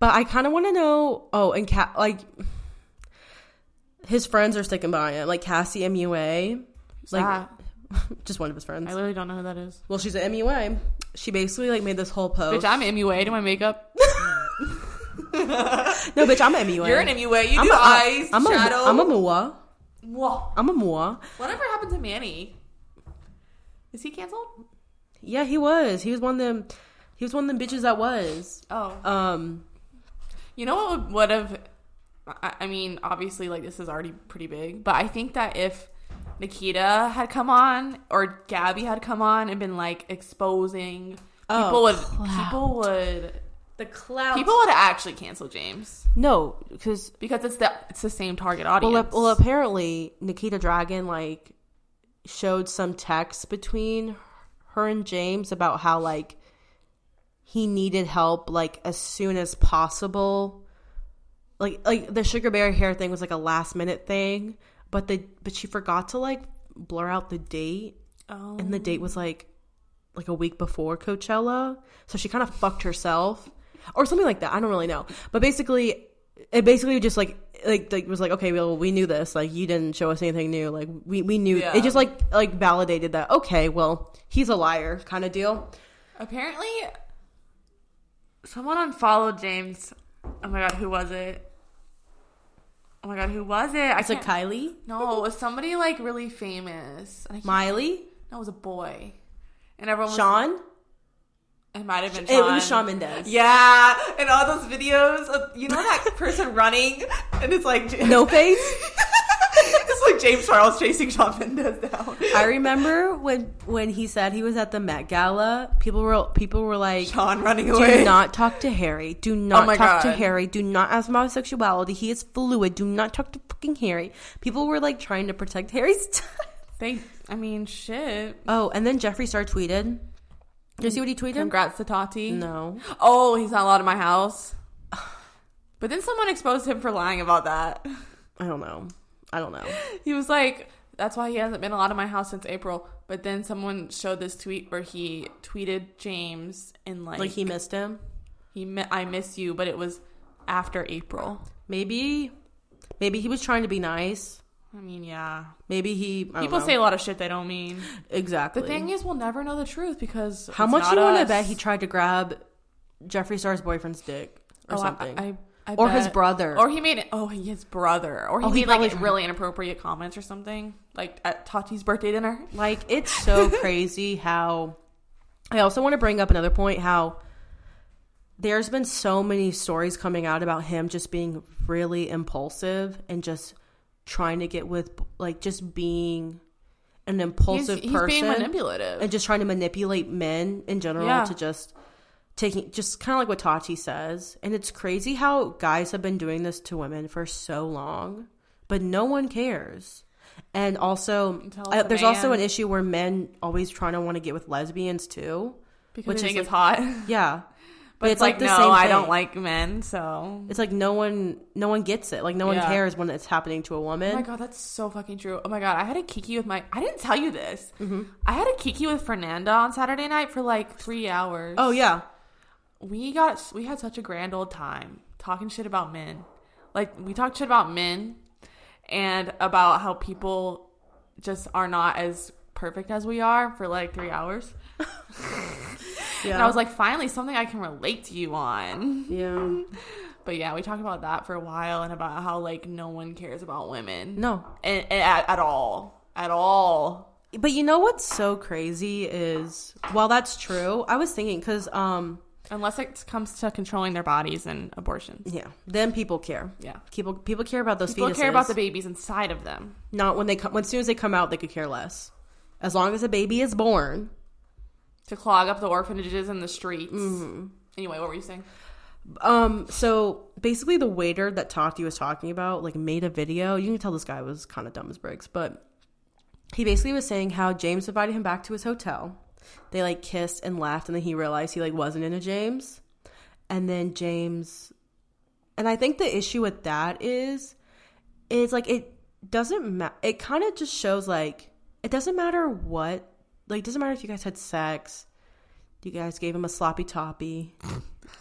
Speaker 1: But I kind of want to know. Oh, and Cat like his friends are sticking by him, like Cassie MUA, like
Speaker 2: Ah,
Speaker 1: just one of his friends.
Speaker 2: I literally don't know who that is.
Speaker 1: well, she's an MUA. She basically like made this whole post.
Speaker 2: Bitch, I'm MUA. Do my makeup.
Speaker 1: no, bitch, I'm MUA.
Speaker 2: You're an MUA. You
Speaker 1: I'm
Speaker 2: do
Speaker 1: a,
Speaker 2: eyes,
Speaker 1: I'm a,
Speaker 2: shadow.
Speaker 1: I'm a MUA.
Speaker 2: Whoa.
Speaker 1: I'm a MUA.
Speaker 2: Whatever happened to Manny? Is he canceled?
Speaker 1: Yeah, he was. He was one of them. He was one of them bitches that was.
Speaker 2: Oh,
Speaker 1: Um.
Speaker 2: you know what would- would have? I I mean, obviously, like this is already pretty big, but I think that if Nikita had come on or Gabby had come on and been like exposing
Speaker 1: Oh,
Speaker 2: people would
Speaker 1: clout.
Speaker 2: people would
Speaker 1: The cloud.
Speaker 2: people would actually cancel James
Speaker 1: No, because
Speaker 2: because it's the it's the same target audience.
Speaker 1: well, ap- well, apparently Nikita Dragon like showed some text between her and James about how like he needed help like as soon as possible. Like like the sugar bear hair thing was like a last minute thing, but the but she forgot to like blur out the date,
Speaker 2: oh.
Speaker 1: and the date was like like a week before Coachella. So she kind of fucked herself or something like that. I don't really know. But basically it basically just like like, like was like okay well we knew this like you didn't show us anything new like we, we knew
Speaker 2: Yeah.
Speaker 1: it just like like validated that okay well he's a liar kind of deal
Speaker 2: Apparently, someone unfollowed James. Oh my god, who was it? Oh my god, who was it? I
Speaker 1: it's like
Speaker 2: can't.
Speaker 1: Kylie
Speaker 2: no, it was somebody like really famous. And I can't-
Speaker 1: Miley
Speaker 2: no, it was a boy. And everyone was,
Speaker 1: Sean
Speaker 2: It might have been
Speaker 1: it
Speaker 2: Sean.
Speaker 1: was Sean Mendez
Speaker 2: Yeah, and all those videos of you know that person running, and it's like
Speaker 1: no face
Speaker 2: it's like James Charles chasing Sean Mendez down.
Speaker 1: I remember when when he said he was at the Met Gala, people were people were like,
Speaker 2: Sean running
Speaker 1: "Do
Speaker 2: away.
Speaker 1: not talk to Harry. Do not
Speaker 2: Oh my
Speaker 1: talk to
Speaker 2: God.
Speaker 1: Harry. Do not ask him about his sexuality. He is fluid. Do not talk to fucking Harry." People were like trying to protect Harry's. T-
Speaker 2: They, I mean, shit.
Speaker 1: oh, and then Jeffree Star tweeted. Did you see what he tweeted?
Speaker 2: Congrats to Tati.
Speaker 1: No.
Speaker 2: Oh, he's not allowed in my house. But then someone exposed him for lying about that.
Speaker 1: I don't know. I don't know.
Speaker 2: He was like, that's why he hasn't been allowed in my house since April. But then someone showed this tweet where he tweeted James and like,
Speaker 1: Like he missed him.
Speaker 2: he mi- I miss you, but it was after April.
Speaker 1: Maybe, maybe he was trying to be nice.
Speaker 2: I mean, yeah.
Speaker 1: Maybe he. I don't
Speaker 2: People
Speaker 1: know.
Speaker 2: say a lot of shit they don't mean.
Speaker 1: exactly.
Speaker 2: The thing is, we'll never know the truth because
Speaker 1: How
Speaker 2: it's
Speaker 1: much
Speaker 2: not
Speaker 1: do you want to
Speaker 2: us.
Speaker 1: bet he tried to grab Jeffree Star's boyfriend's dick or
Speaker 2: Oh, I-
Speaker 1: something?
Speaker 2: I, I
Speaker 1: or his
Speaker 2: bet.
Speaker 1: brother.
Speaker 2: Or he made it. Oh, his brother. Or he
Speaker 1: Oh, he
Speaker 2: made like
Speaker 1: probably-
Speaker 2: really inappropriate comments or something, like at Tati's birthday dinner.
Speaker 1: like it's so crazy how I also want to bring up another point how there's been so many stories coming out about him just being really impulsive and just trying to get with like just being an
Speaker 2: He's,
Speaker 1: impulsive
Speaker 2: he's
Speaker 1: person
Speaker 2: being manipulative.
Speaker 1: and just trying to manipulate men in general
Speaker 2: Yeah.
Speaker 1: to just taking just kind of like what Tati says and it's crazy how guys have been doing this to women for so long but no one cares and also
Speaker 2: Until
Speaker 1: I-
Speaker 2: it's a
Speaker 1: there's also
Speaker 2: man.
Speaker 1: an issue where men always trying to want to get with lesbians too
Speaker 2: because
Speaker 1: which
Speaker 2: they
Speaker 1: is
Speaker 2: think
Speaker 1: like-
Speaker 2: it's hot.
Speaker 1: yeah
Speaker 2: But it's, like, no, I don't like men. So
Speaker 1: it's like no one no one gets it like no one
Speaker 2: Yeah.
Speaker 1: cares when it's happening to a
Speaker 2: Oh my
Speaker 1: woman
Speaker 2: god, that's so fucking true. Oh my god, I had a kiki with my. I didn't tell you this. I had a kiki with Fernanda on Saturday night for like three hours.
Speaker 1: oh yeah
Speaker 2: we got we had such a grand old time talking shit about men. Like we talked shit about men and about how people just are not as perfect as we are for like three hours.
Speaker 1: yeah
Speaker 2: And I was like, finally something I can relate to you on.
Speaker 1: yeah
Speaker 2: But yeah, we talked about that for a while and about how like no one cares about women.
Speaker 1: no
Speaker 2: And, and at, at all. At all.
Speaker 1: But you know what's so crazy is while that's true, I was thinking because um
Speaker 2: Unless it comes to controlling their bodies and abortions.
Speaker 1: yeah, then people care.
Speaker 2: Yeah.
Speaker 1: People people care about those
Speaker 2: People
Speaker 1: fetuses.
Speaker 2: care about the babies inside of them.
Speaker 1: not when they come. When, as soon as they come out, they could care less. As long as a baby is born,
Speaker 2: to clog up the orphanages and the streets.
Speaker 1: Mm-hmm.
Speaker 2: Anyway, what were you saying?
Speaker 1: um. So basically, the waiter that Tati was talking about like made a video. You can tell this guy was kind of dumb as bricks, but he basically was saying how James invited him back to his hotel. They like kissed and laughed, and then he realized he like wasn't into James. And then James, and I think the issue with that is, is like it doesn't matter. It kind of just shows like it doesn't matter what, like it doesn't matter if you guys had sex. You guys gave him a sloppy toppy.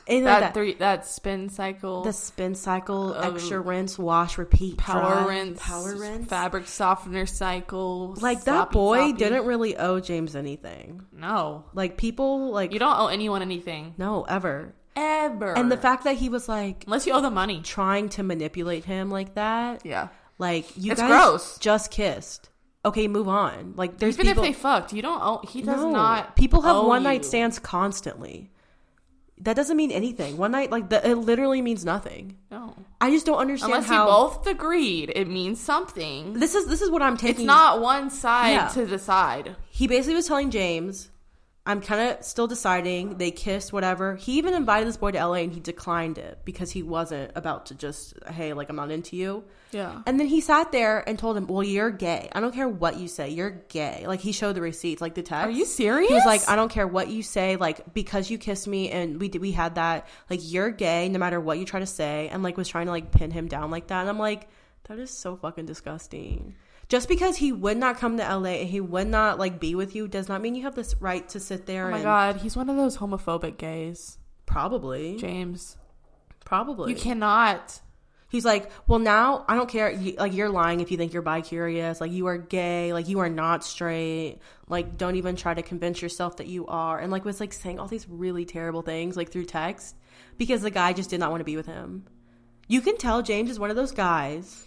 Speaker 1: Anything like
Speaker 2: That
Speaker 1: that.
Speaker 2: three, that spin cycle,
Speaker 1: The spin cycle,
Speaker 2: Um,
Speaker 1: extra rinse, wash, repeat,
Speaker 2: power
Speaker 1: dry,
Speaker 2: rinse,
Speaker 1: power rinse.
Speaker 2: fabric softener cycle.
Speaker 1: like that
Speaker 2: sloppy
Speaker 1: boy
Speaker 2: toppy.
Speaker 1: didn't really owe James anything.
Speaker 2: No,
Speaker 1: Like people like
Speaker 2: you don't owe anyone anything
Speaker 1: no ever.
Speaker 2: ever.
Speaker 1: And the fact that he was like
Speaker 2: unless you owe the money.
Speaker 1: trying to manipulate him like that,
Speaker 2: Yeah.
Speaker 1: like you
Speaker 2: It's
Speaker 1: guys
Speaker 2: gross.
Speaker 1: just kissed. Okay, move on. Like there's
Speaker 2: Even
Speaker 1: people
Speaker 2: if they fucked, you don't owe. He does
Speaker 1: no.
Speaker 2: not.
Speaker 1: People have
Speaker 2: owe
Speaker 1: one
Speaker 2: you.
Speaker 1: night stands constantly. That doesn't mean anything. One night like the, it literally means nothing.
Speaker 2: No.
Speaker 1: I just don't understand
Speaker 2: Unless
Speaker 1: how
Speaker 2: you both agreed, it means something.
Speaker 1: this is this is what I'm
Speaker 2: It's
Speaker 1: taking
Speaker 2: not one side
Speaker 1: Yeah.
Speaker 2: to decide.
Speaker 1: he basically was telling James, I'm kind of still deciding. They kissed, whatever. He even invited this boy to LA and he declined it because he wasn't about to just, hey, like, I'm not into you.
Speaker 2: Yeah.
Speaker 1: And then he sat there and told him, well, you're gay. I don't care what you say. You're gay. Like, he showed the receipts, like the text.
Speaker 2: Are you serious?
Speaker 1: He was like, I don't care what you say, like because you kissed me and we did, we had that, like you're gay, no matter what you try to say, and like was trying to like pin him down like that, and I'm like, that is so fucking disgusting. Just because he would not come to LA and he would not like be with you does not mean you have this right to sit there
Speaker 2: Oh my
Speaker 1: and
Speaker 2: god, he's one of those homophobic gays,
Speaker 1: probably,
Speaker 2: James.
Speaker 1: probably.
Speaker 2: You cannot.
Speaker 1: He's like, well, now I don't care. You, like you're lying if you think you're bi curious. Like you are gay. Like you are not straight. Like don't even try to convince yourself that you are. And like was like saying all these really terrible things like through text because the guy just did not want to be with him. You can tell James is one of those guys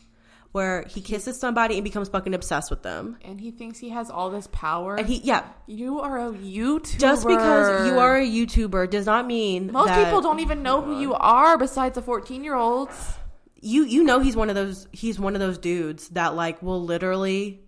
Speaker 1: where he kisses somebody and becomes fucking obsessed with them.
Speaker 2: And he thinks he has all this power.
Speaker 1: And he, yeah,
Speaker 2: you are a YouTuber.
Speaker 1: just because you are a YouTuber does not mean
Speaker 2: Most
Speaker 1: that-
Speaker 2: people don't even know who you are besides the 14 year olds.
Speaker 1: you you know he's one of those he's one of those dudes that like will literally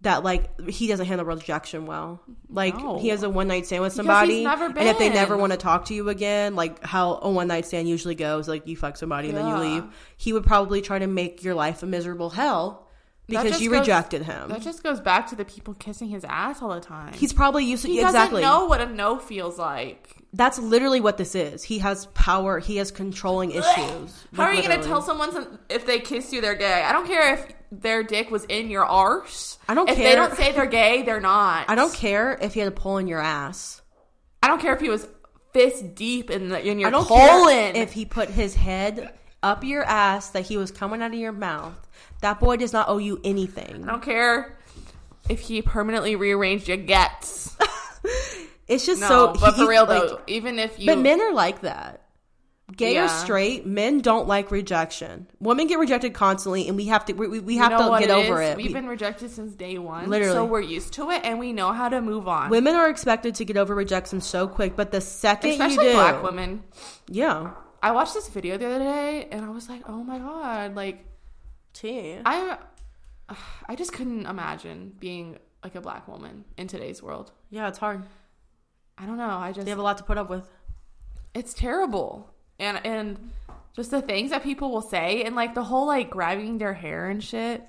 Speaker 1: that like he doesn't handle rejection well. Like
Speaker 2: No.
Speaker 1: he has a one night stand with somebody,
Speaker 2: he's never
Speaker 1: and if they
Speaker 2: been.
Speaker 1: never want to talk to you again, like how a one night stand usually goes, like you fuck somebody and then you
Speaker 2: Yeah.
Speaker 1: leave. He would probably try to make your life a miserable hell because
Speaker 2: just
Speaker 1: you
Speaker 2: goes-
Speaker 1: rejected him.
Speaker 2: That just goes back to the people kissing his ass all the time.
Speaker 1: He's probably used to
Speaker 2: he
Speaker 1: exactly.
Speaker 2: doesn't know what a no feels like.
Speaker 1: That's literally what this is. He has power. He has controlling issues.
Speaker 2: How are you going to
Speaker 1: Literally.
Speaker 2: tell someone some, if they kiss you they're gay? I don't care if their dick was in your arse.
Speaker 1: I don't
Speaker 2: if
Speaker 1: care.
Speaker 2: they don't say they're gay, they're not.
Speaker 1: I don't care if he had a pole in your ass.
Speaker 2: I don't care if he was fist deep in the in your
Speaker 1: I don't
Speaker 2: colon.
Speaker 1: care if he put his head up your ass that he was coming out of your mouth. That boy does not owe you anything.
Speaker 2: I don't care if he permanently rearranged your guts.
Speaker 1: It's just
Speaker 2: No,
Speaker 1: so.
Speaker 2: but
Speaker 1: he-
Speaker 2: for real
Speaker 1: like-
Speaker 2: though, even if you
Speaker 1: but men are like that. Gay or
Speaker 2: Yeah.
Speaker 1: straight, men don't like rejection. Women get rejected constantly, and we have to we, we- we have
Speaker 2: you know
Speaker 1: to
Speaker 2: what
Speaker 1: get
Speaker 2: it
Speaker 1: over
Speaker 2: is?
Speaker 1: it.
Speaker 2: We've
Speaker 1: We-
Speaker 2: been rejected since day one,
Speaker 1: Literally.
Speaker 2: so we're used to it and we know how to move on.
Speaker 1: women are expected to get over rejection so quick, but the second
Speaker 2: Especially
Speaker 1: you do,
Speaker 2: black women.
Speaker 1: yeah,
Speaker 2: I watched this video the other day and I was like, "Oh my god!" Like
Speaker 1: T.
Speaker 2: I, I just couldn't imagine being like a black woman in today's world.
Speaker 1: Yeah, it's hard.
Speaker 2: I don't know. I just
Speaker 1: They have a lot to put up with.
Speaker 2: it's terrible and and just the things that people will say and like the whole like grabbing their hair and shit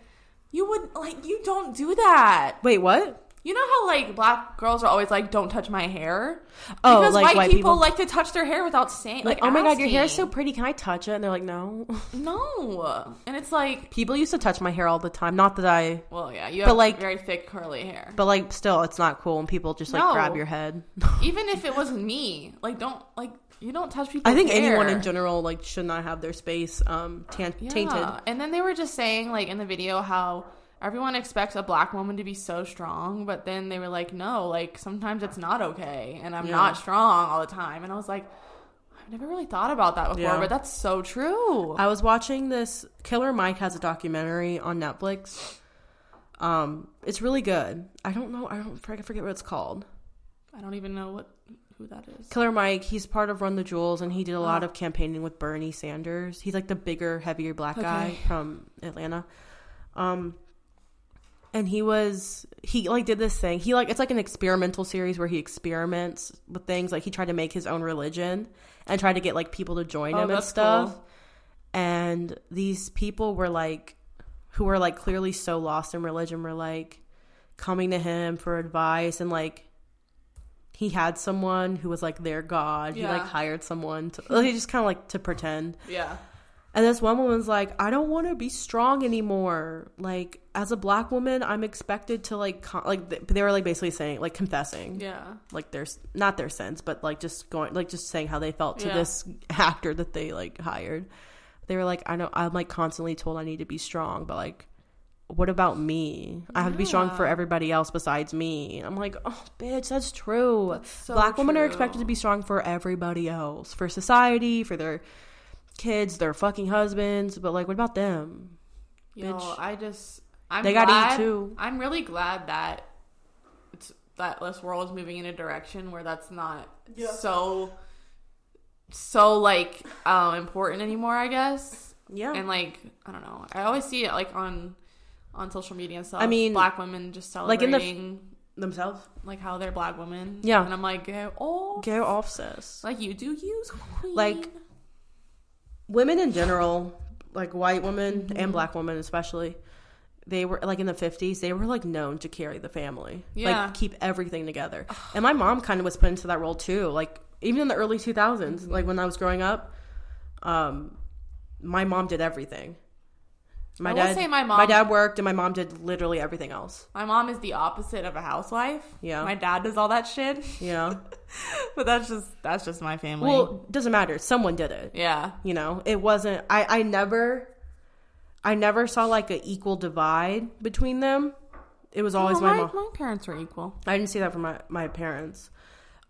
Speaker 2: you would like you don't do that
Speaker 1: Wait, what?
Speaker 2: you know how like black girls are always like don't touch my hair
Speaker 1: Oh,
Speaker 2: because
Speaker 1: like
Speaker 2: white,
Speaker 1: white
Speaker 2: people,
Speaker 1: people.
Speaker 2: like to touch their hair without saying
Speaker 1: Like,
Speaker 2: like,
Speaker 1: oh my god, your hair is so
Speaker 2: asking.
Speaker 1: pretty. Can I touch it? And they're like, no.
Speaker 2: no and it's like
Speaker 1: People used to touch my hair all the time. Not that I,
Speaker 2: well yeah you have
Speaker 1: like-
Speaker 2: very thick curly hair
Speaker 1: but like, still, it's not cool when people just like
Speaker 2: No.
Speaker 1: grab your head.
Speaker 2: even if it was me like don't like you don't touch people
Speaker 1: I think anyone in general like should not have their space um tan- tainted.
Speaker 2: And then they were just saying like in the video how everyone expects a black woman to be so strong, but then they were like, no, like sometimes it's not okay, and I'm
Speaker 1: Yeah.
Speaker 2: not strong all the time. And I was like, I've never really thought about that before,
Speaker 1: Yeah.
Speaker 2: but that's so true.
Speaker 1: I was watching this. Killer Mike has a documentary on Netflix. Um, it's really good. I don't know. I don't. I forget what it's called.
Speaker 2: I don't even know what who that is.
Speaker 1: Killer Mike. He's part of Run the Jewels, and he did a lot
Speaker 2: Oh.
Speaker 1: of campaigning with Bernie Sanders. He's like the bigger, heavier black guy
Speaker 2: Okay.
Speaker 1: from Atlanta. Um, and he was he like did this thing. He like it's like an experimental series where he experiments with things. Like he tried to make his own religion and tried to get like people to join
Speaker 2: Oh,
Speaker 1: him and
Speaker 2: that's
Speaker 1: stuff.
Speaker 2: cool.
Speaker 1: And these people were like, who were like clearly so lost in religion, were like coming to him for advice and like he had someone who was like their god. He like
Speaker 2: Yeah.
Speaker 1: hired someone to like, just kind of like to pretend.
Speaker 2: Yeah.
Speaker 1: And this one woman's like, I don't want to be strong anymore. Like as a black woman, I'm expected to like con- like th- they were like basically saying like confessing
Speaker 2: Yeah.
Speaker 1: like their s- not their sins, but like just going like just saying how they felt to
Speaker 2: Yeah.
Speaker 1: this actor that they like hired. They were like, I know I'm like constantly told I need to be strong, but like what about me? I have to be strong
Speaker 2: Yeah.
Speaker 1: for everybody else besides me. I'm like, oh, bitch, that's true.
Speaker 2: That's so
Speaker 1: Black women are
Speaker 2: true.
Speaker 1: expected to be strong for everybody else, for society, for their kids, their fucking husbands. But like, what about them?
Speaker 2: Yo,
Speaker 1: Bitch.
Speaker 2: I just I'm
Speaker 1: They gotta eat
Speaker 2: glad,
Speaker 1: too.
Speaker 2: I'm really glad that it's that this world is moving in a direction where that's not so so like um important anymore, I guess.
Speaker 1: Yeah,
Speaker 2: And like I don't know. I always see it like on on social media and stuff.
Speaker 1: I mean,
Speaker 2: black women just
Speaker 1: like in
Speaker 2: celebrating
Speaker 1: the-
Speaker 2: like,
Speaker 1: themselves.
Speaker 2: how they're black women.
Speaker 1: Yeah.
Speaker 2: And I'm like, oh
Speaker 1: Go off, sis.
Speaker 2: like you do use queen.
Speaker 1: Like, women in general, like white women
Speaker 2: Mm-hmm.
Speaker 1: and black women especially, they were like in the fifties, they were like known to carry the family.
Speaker 2: Yeah.
Speaker 1: Like keep everything together. and my mom kind of was put into that role too. Like even in the early two
Speaker 2: Mm-hmm.
Speaker 1: like when I was growing up, um, my mom did everything. My
Speaker 2: I will
Speaker 1: dad,
Speaker 2: say my mom-
Speaker 1: my dad worked, and my mom did literally everything else.
Speaker 2: my mom is the opposite of a housewife.
Speaker 1: Yeah.
Speaker 2: My dad does all that shit.
Speaker 1: You know,
Speaker 2: but that's just that's just my family.
Speaker 1: well, doesn't matter. Someone did it.
Speaker 2: yeah.
Speaker 1: you know it wasn't i i never i never saw like an equal divide between them it was always my mom
Speaker 2: Oh, parents were equal.
Speaker 1: i didn't see that from my my parents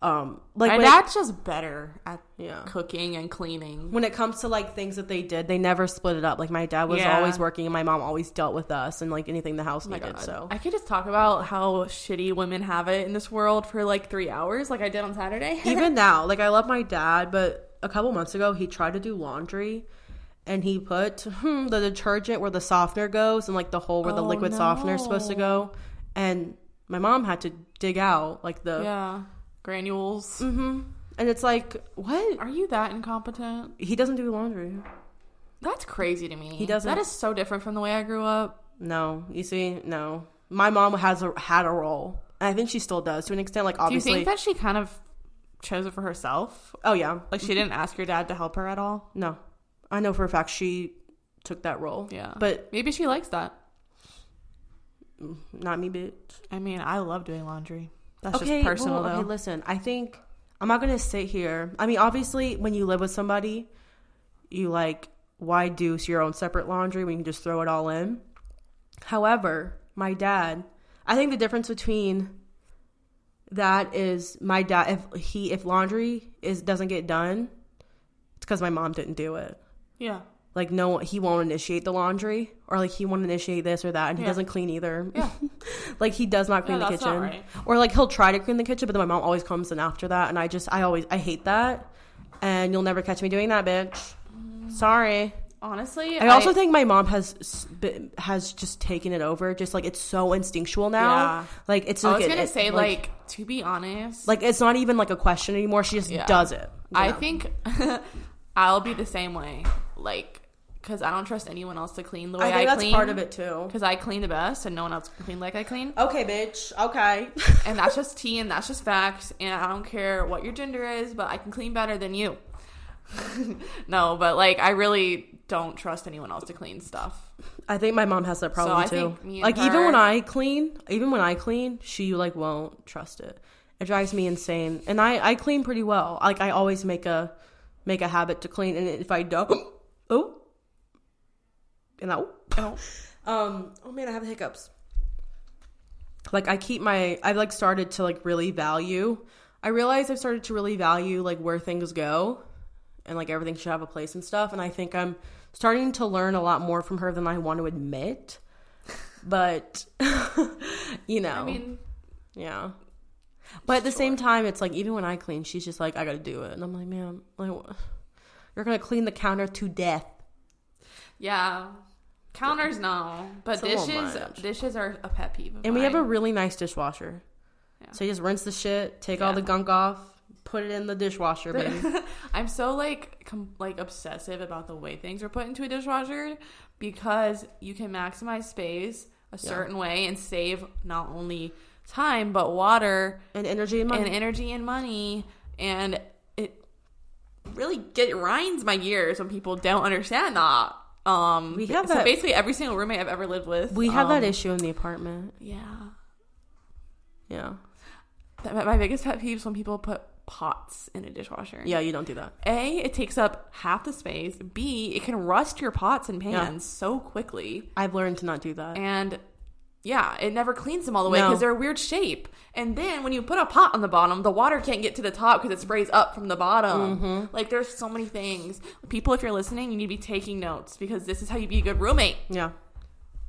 Speaker 1: um like
Speaker 2: my
Speaker 1: when it,
Speaker 2: dad's just better at
Speaker 1: Yeah. Oh
Speaker 2: cooking and cleaning.
Speaker 1: when it comes to like things that they did they never split it up like my dad was
Speaker 2: Yeah.
Speaker 1: always working and my mom always dealt with us and like anything the house
Speaker 2: Oh my
Speaker 1: needed
Speaker 2: God.
Speaker 1: so
Speaker 2: I could just talk about how shitty women have it in this world for like three hours, like I did on Saturday.
Speaker 1: even now like i love my dad but a couple months ago he tried to do laundry and he put hmm, the detergent where the softener goes and like the hole where the
Speaker 2: Oh,
Speaker 1: liquid softener is supposed to go. And my mom had to dig out like the.
Speaker 2: Yeah. Granules.
Speaker 1: hmm And it's like, what?
Speaker 2: Are you that incompetent?
Speaker 1: He doesn't do laundry.
Speaker 2: That's crazy to me. He
Speaker 1: doesn't-
Speaker 2: That is so different from the way I grew up.
Speaker 1: No, you see, no. My mom has a, had a role. And I think she still does to an extent. Like obviously,
Speaker 2: Do you think that she kind of chose it for herself?
Speaker 1: oh yeah,
Speaker 2: Like she didn't ask your dad to help her at all?
Speaker 1: no. I know for a fact she took that role.
Speaker 2: Yeah.
Speaker 1: but mm,
Speaker 2: Maybe she likes that.
Speaker 1: not me, bitch.
Speaker 2: I mean, I love doing laundry. That's
Speaker 1: okay,
Speaker 2: just personal
Speaker 1: well, okay,
Speaker 2: though.
Speaker 1: listen. I think I'm not gonna sit here. I mean, obviously, when you live with somebody, you like why do your own separate laundry when you can just throw it all in. However, my dad, I think the difference between that is my dad. If he if laundry is doesn't get done, it's because my mom didn't do it.
Speaker 2: Yeah.
Speaker 1: Like no, he won't initiate the laundry, or like he won't initiate this or that, and he
Speaker 2: Yeah.
Speaker 1: doesn't clean either.
Speaker 2: Yeah.
Speaker 1: like he does not clean
Speaker 2: No,
Speaker 1: the
Speaker 2: that's
Speaker 1: kitchen
Speaker 2: not right.
Speaker 1: or like he'll try to clean the kitchen but then my mom always comes in after that and i just i always i hate that and you'll never catch me doing that bitch
Speaker 2: Mm.
Speaker 1: sorry
Speaker 2: Honestly,
Speaker 1: i also think my mom has s- be- has just taken it over just like it's so instinctual now
Speaker 2: Yeah.
Speaker 1: like it's
Speaker 2: I
Speaker 1: like,
Speaker 2: was
Speaker 1: it-
Speaker 2: gonna
Speaker 1: it-
Speaker 2: say like, to be honest,
Speaker 1: like it's not even like a question anymore she just
Speaker 2: Yeah.
Speaker 1: does it you
Speaker 2: I
Speaker 1: know?
Speaker 2: think I'll be the same way. Like, cause I don't trust anyone else to clean the way
Speaker 1: i
Speaker 2: I,
Speaker 1: think that's
Speaker 2: clean.
Speaker 1: part of it Oh. too
Speaker 2: Cause I clean the best, and no one else can clean like I clean.
Speaker 1: okay bitch okay
Speaker 2: and that's just tea and that's just facts and i don't care what your gender is but i can clean better than you no but like i really don't trust anyone else to clean stuff
Speaker 1: i think my mom has that problem
Speaker 2: I
Speaker 1: too
Speaker 2: think me and
Speaker 1: like even when
Speaker 2: her-
Speaker 1: i clean even when i clean she like won't trust it it drives me insane and i i clean pretty well like i always make a make a habit to clean and if i don't oh and I,
Speaker 2: oh.
Speaker 1: um oh man i have hiccups like i keep my i've like started to like really value i realize i've started to really value like where things go and like everything should have a place and stuff and i think i'm starting to learn a lot more from her than i want to admit but you know
Speaker 2: i mean
Speaker 1: yeah but at the same time it's like even when i clean she's just like i gotta do it and i'm like man like wha- you're gonna clean the counter to death
Speaker 2: yeah counters no but
Speaker 1: It's a little
Speaker 2: dishes
Speaker 1: much.
Speaker 2: dishes are a pet peeve of
Speaker 1: And we have a
Speaker 2: mine.
Speaker 1: really nice dishwasher.
Speaker 2: Yeah.
Speaker 1: So you just rinse the shit, take all
Speaker 2: Yeah.
Speaker 1: the gunk off, put it in the dishwasher, baby.
Speaker 2: i'm so like com- like obsessive about the way things are put into a dishwasher because you can maximize space a certain way and save not only time but water
Speaker 1: and energy and money.
Speaker 2: and energy and money and it really get grinds my gears when people don't understand that um
Speaker 1: We have
Speaker 2: so
Speaker 1: that-
Speaker 2: basically every single roommate i've ever lived with
Speaker 1: we have
Speaker 2: um,
Speaker 1: that issue in the apartment.
Speaker 2: yeah
Speaker 1: Yeah.
Speaker 2: That- my, my biggest pet peeve is when people put pots in a dishwasher
Speaker 1: Yeah, you don't do that.
Speaker 2: a it takes up half the space b it can rust your pots and
Speaker 1: Yeah.
Speaker 2: pans so quickly
Speaker 1: I've learned to not do that.
Speaker 2: and yeah, it never cleans them all the way
Speaker 1: No.
Speaker 2: because they're a weird shape. And then when you put a pot on the bottom, the water can't get to the top because it sprays up from the bottom. Like there's so many things. People, if you're listening, you need to be taking notes because this is how you be a good roommate.
Speaker 1: yeah.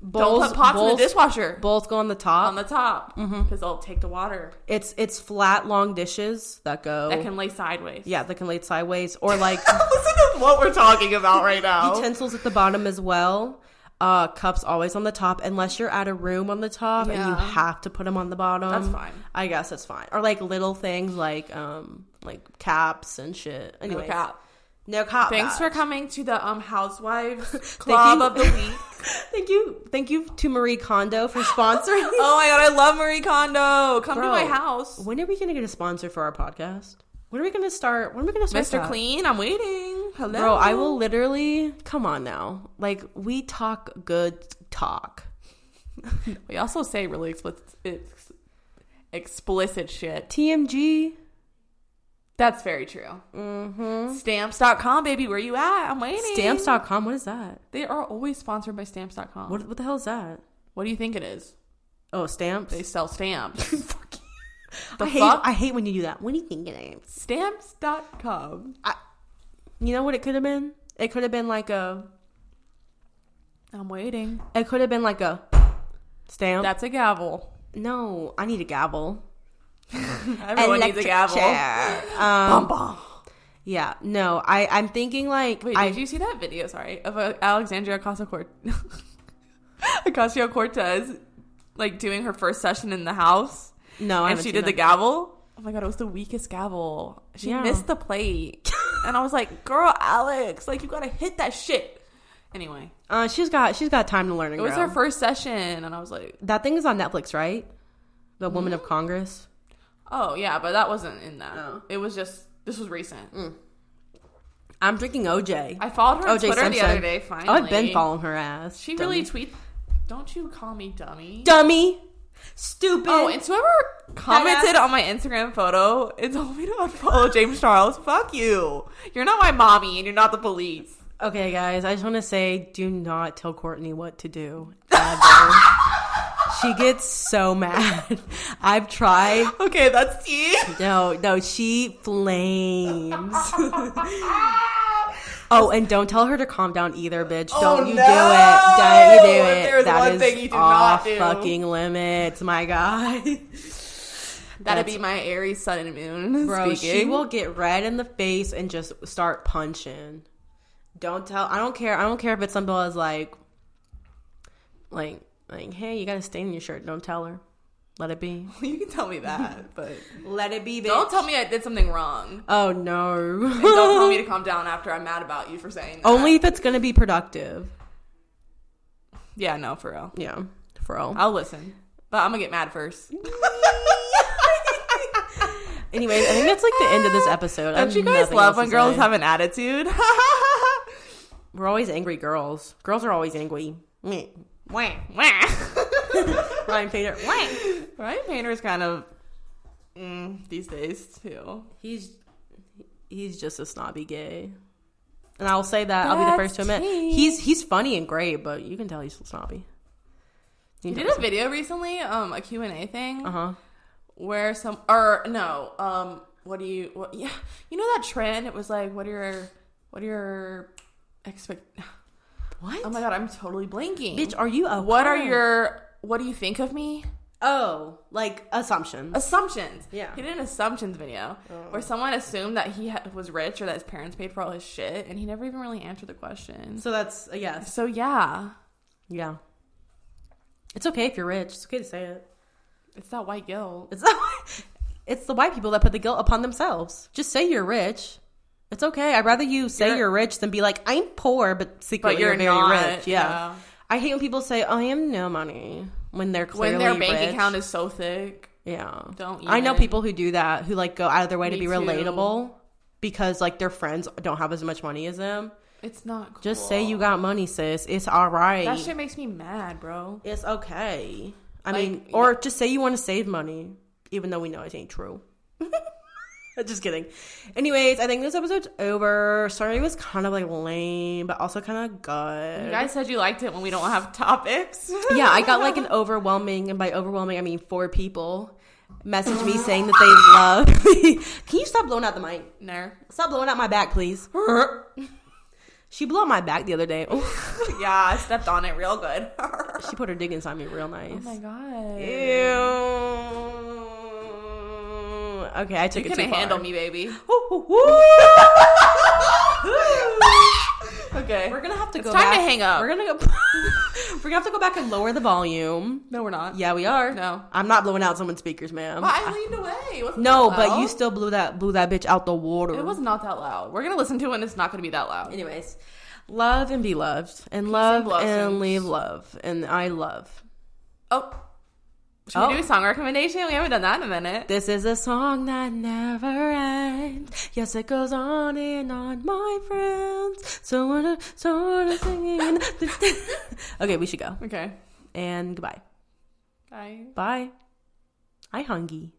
Speaker 2: Don't put pots in
Speaker 1: bowls,
Speaker 2: the dishwasher Um,
Speaker 1: bowls go on the top.
Speaker 2: on the top because they'll take the water
Speaker 1: it's it's flat, long dishes that go.
Speaker 2: that can lay sideways.
Speaker 1: yeah, that can lay sideways or like
Speaker 2: Listen to what we're talking about right now.
Speaker 1: utensils at the bottom as well. Uh, cups always on the top, unless you're at a room on the top and you
Speaker 2: Yeah.
Speaker 1: have to put them on the bottom.
Speaker 2: That's fine.
Speaker 1: I guess that's fine. Or like little things like um like caps and shit. Anyway,
Speaker 2: Look out.
Speaker 1: no cap.
Speaker 2: Thanks for
Speaker 1: bags.
Speaker 2: coming to the um Housewives Club
Speaker 1: you.
Speaker 2: of the Week.
Speaker 1: Thank you, thank you to Marie Kondo for sponsoring.
Speaker 2: Oh my god, I love Marie Kondo. Come
Speaker 1: Bro.
Speaker 2: to my house.
Speaker 1: When are we gonna get a sponsor for our podcast? When are we gonna start? When are we gonna start?
Speaker 2: Mr.
Speaker 1: that?
Speaker 2: Clean, I'm waiting. Hello.
Speaker 1: bro. I will literally come on now. Like we talk good talk.
Speaker 2: We also say really explicit, ex- explicit shit.
Speaker 1: TMG.
Speaker 2: That's very true. Mm-hmm. Stamps.com, baby. Where you at? I'm waiting.
Speaker 1: Stamps.com. What is that?
Speaker 2: They are always sponsored by Stamps.com. What,
Speaker 1: What, what the hell is that?
Speaker 2: what do you think it is?
Speaker 1: Oh, stamps.
Speaker 2: They sell stamps. The
Speaker 1: I hate,
Speaker 2: fuck?
Speaker 1: I hate when you do that. What do you think it is?
Speaker 2: Stamps.com.
Speaker 1: You know what it could have been? It could have been like a.
Speaker 2: I'm waiting.
Speaker 1: It could have been like a stamp.
Speaker 2: That's a gavel.
Speaker 1: no, I need a gavel.
Speaker 2: Everyone needs a
Speaker 1: Electric
Speaker 2: gavel.
Speaker 1: chair. Um,
Speaker 2: Bum, bum.
Speaker 1: Yeah, no, I I'm thinking like
Speaker 2: Wait,
Speaker 1: I
Speaker 2: did you see that video? Sorry, of uh, Alexandria Ocasio Cortez, like doing her first session in the house,
Speaker 1: no, I
Speaker 2: and
Speaker 1: haven't
Speaker 2: she
Speaker 1: seen
Speaker 2: did the
Speaker 1: that.
Speaker 2: gavel. Oh my god, it was the weakest gavel. She
Speaker 1: Yeah.
Speaker 2: missed the plate, and I was like, "Girl, Alex, like you gotta hit that shit." Anyway,
Speaker 1: Uh, she's got she's got time to learn. And
Speaker 2: it was
Speaker 1: grow.
Speaker 2: her first session, and I was like,
Speaker 1: That thing is on Netflix, right? The Woman of Congress.
Speaker 2: "Oh yeah," but that wasn't in that.
Speaker 1: Oh. Mm.
Speaker 2: It was just this was recent.
Speaker 1: I'm drinking OJ.
Speaker 2: I followed her on
Speaker 1: OJ
Speaker 2: Twitter the
Speaker 1: Simpson.
Speaker 2: other day. Finally,
Speaker 1: oh, I've been following her ass.
Speaker 2: She
Speaker 1: Dummy.
Speaker 2: really tweet. Don't you call me dummy?
Speaker 1: dummy, stupid.
Speaker 2: Oh, and whoever commented on my Instagram photo and told me to unfollow James Charles, fuck you. You're not my mommy and you're not the police.
Speaker 1: okay, guys, I just want to say, do not tell Courtney what to do. ever. she gets so mad. I've tried.
Speaker 2: Okay, that's tea.
Speaker 1: No, no, she flames. oh, and don't tell her to calm down either, bitch. don't you
Speaker 2: Oh, no!
Speaker 1: do it. Don't you do
Speaker 2: If
Speaker 1: it.
Speaker 2: there's
Speaker 1: That
Speaker 2: one
Speaker 1: is
Speaker 2: thing you do
Speaker 1: off
Speaker 2: not do.
Speaker 1: fucking limits, my guy.
Speaker 2: That'd be my Aries sun and moon.
Speaker 1: Bro,
Speaker 2: speaking.
Speaker 1: she will get red in the face and just start punching. Don't tell. I don't care. I don't care if it's something as like, like, like, hey, you got a stain in your shirt. Don't tell her. Let it be.
Speaker 2: You can tell me that, but
Speaker 1: Let it be, bitch.
Speaker 2: don't tell me I did something wrong.
Speaker 1: Oh no.
Speaker 2: And don't tell me to calm down after I'm mad about you for saying that.
Speaker 1: Only if it's gonna be productive.
Speaker 2: Yeah, no, for real.
Speaker 1: Yeah, for all.
Speaker 2: I'll listen, but I'm gonna get mad first.
Speaker 1: Anyways, I think that's like the end of this episode. I
Speaker 2: Don't
Speaker 1: have
Speaker 2: you guys
Speaker 1: nothing
Speaker 2: love
Speaker 1: else
Speaker 2: when
Speaker 1: to
Speaker 2: girls
Speaker 1: say.
Speaker 2: have an attitude?
Speaker 1: We're always angry girls. Girls are always angry. Meh.
Speaker 2: Wah, wah.
Speaker 1: Ryan Fader. What?
Speaker 2: Ryan Painter's kind of mm, these days too.
Speaker 1: He's he's just a snobby gay. And I'll say that I'll be the
Speaker 2: That's
Speaker 1: first to admit
Speaker 2: tea.
Speaker 1: he's he's funny and great, but you can tell he's snobby.
Speaker 2: He did a video recently, um, a Q and A thing
Speaker 1: Uh huh.
Speaker 2: where some or no, um, what do you? What, yeah, you know that trend. It was like, what are your, what are your expect?
Speaker 1: What?
Speaker 2: Oh my god, I'm totally blanking.
Speaker 1: Bitch, are you a
Speaker 2: what are
Speaker 1: cunt?
Speaker 2: your? What do you think of me?
Speaker 1: oh like assumptions?
Speaker 2: Assumptions.
Speaker 1: Yeah. Oh.
Speaker 2: He did an assumptions video where someone assumed that he ha- was rich or that his parents paid for all his shit, and he never even really answered the question.
Speaker 1: so that's a yes.
Speaker 2: So yeah,
Speaker 1: Yeah. It's okay if you're rich. It's okay to say it.
Speaker 2: it's that white guilt.
Speaker 1: It's it's the white people that put the guilt upon themselves. Just say you're rich. It's okay. I'd rather you say you're,
Speaker 2: You're-
Speaker 1: rich than be like I'm poor, but secretly
Speaker 2: But
Speaker 1: you're,
Speaker 2: you're
Speaker 1: very
Speaker 2: not,
Speaker 1: rich. Yeah.
Speaker 2: yeah.
Speaker 1: I hate when people say I am no money when they're clearly
Speaker 2: when their bank
Speaker 1: rich.
Speaker 2: account is so thick.
Speaker 1: yeah.
Speaker 2: Don't
Speaker 1: I know
Speaker 2: even.
Speaker 1: people who do that who like go out of their way to
Speaker 2: Me
Speaker 1: be
Speaker 2: too.
Speaker 1: relatable because like their friends don't have as much money as them.
Speaker 2: It's not cool.
Speaker 1: Just say you got money, sis. It's all right.
Speaker 2: That shit makes me mad, bro.
Speaker 1: It's okay. I
Speaker 2: Like,
Speaker 1: mean, or just say you want to save money, even though we know it ain't true. just kidding. Anyways, I think this episode's over. Sorry, it was kind of like lame, but also kind of good.
Speaker 2: You guys said you liked it when we don't have topics.
Speaker 1: yeah, I got like an overwhelming, and by overwhelming, I mean four people messaged me saying that they love me. Can you stop blowing out the mic?
Speaker 2: no.
Speaker 1: Stop blowing out my back, please. She blew out my back the other day. Oh,
Speaker 2: yeah, I stepped on it real good. oh
Speaker 1: she put her dick inside me real nice.
Speaker 2: my god.
Speaker 1: Ew. Okay, I took
Speaker 2: You
Speaker 1: it
Speaker 2: couldn't
Speaker 1: too
Speaker 2: handle
Speaker 1: far.
Speaker 2: me, baby.
Speaker 1: Woo, woo, woo.
Speaker 2: Okay.
Speaker 1: we're gonna have to
Speaker 2: It's
Speaker 1: go.
Speaker 2: time
Speaker 1: back.
Speaker 2: to hang up.
Speaker 1: We're gonna go. we're gonna have to go back and lower the volume.
Speaker 2: no, we're not.
Speaker 1: Yeah, we are.
Speaker 2: No.
Speaker 1: I'm not blowing out someone's speakers, ma'am.
Speaker 2: But I leaned away. It wasn't
Speaker 1: no,
Speaker 2: that
Speaker 1: but
Speaker 2: loud.
Speaker 1: you still blew that blew that bitch out the water.
Speaker 2: It was not that loud. We're gonna listen to it and it's not gonna be that loud.
Speaker 1: Anyways, love and be loved, and love and,
Speaker 2: blessings.
Speaker 1: leave love, and I love.
Speaker 2: Oh. Should
Speaker 1: Oh.
Speaker 2: we do a song recommendation? We haven't done that in a minute.
Speaker 1: This is a song that never ends. Yes, it goes on and on, my friends. So wanna, so wanna singing. okay, we should go.
Speaker 2: Okay.
Speaker 1: And goodbye.
Speaker 2: Bye.
Speaker 1: Bye. I hungy.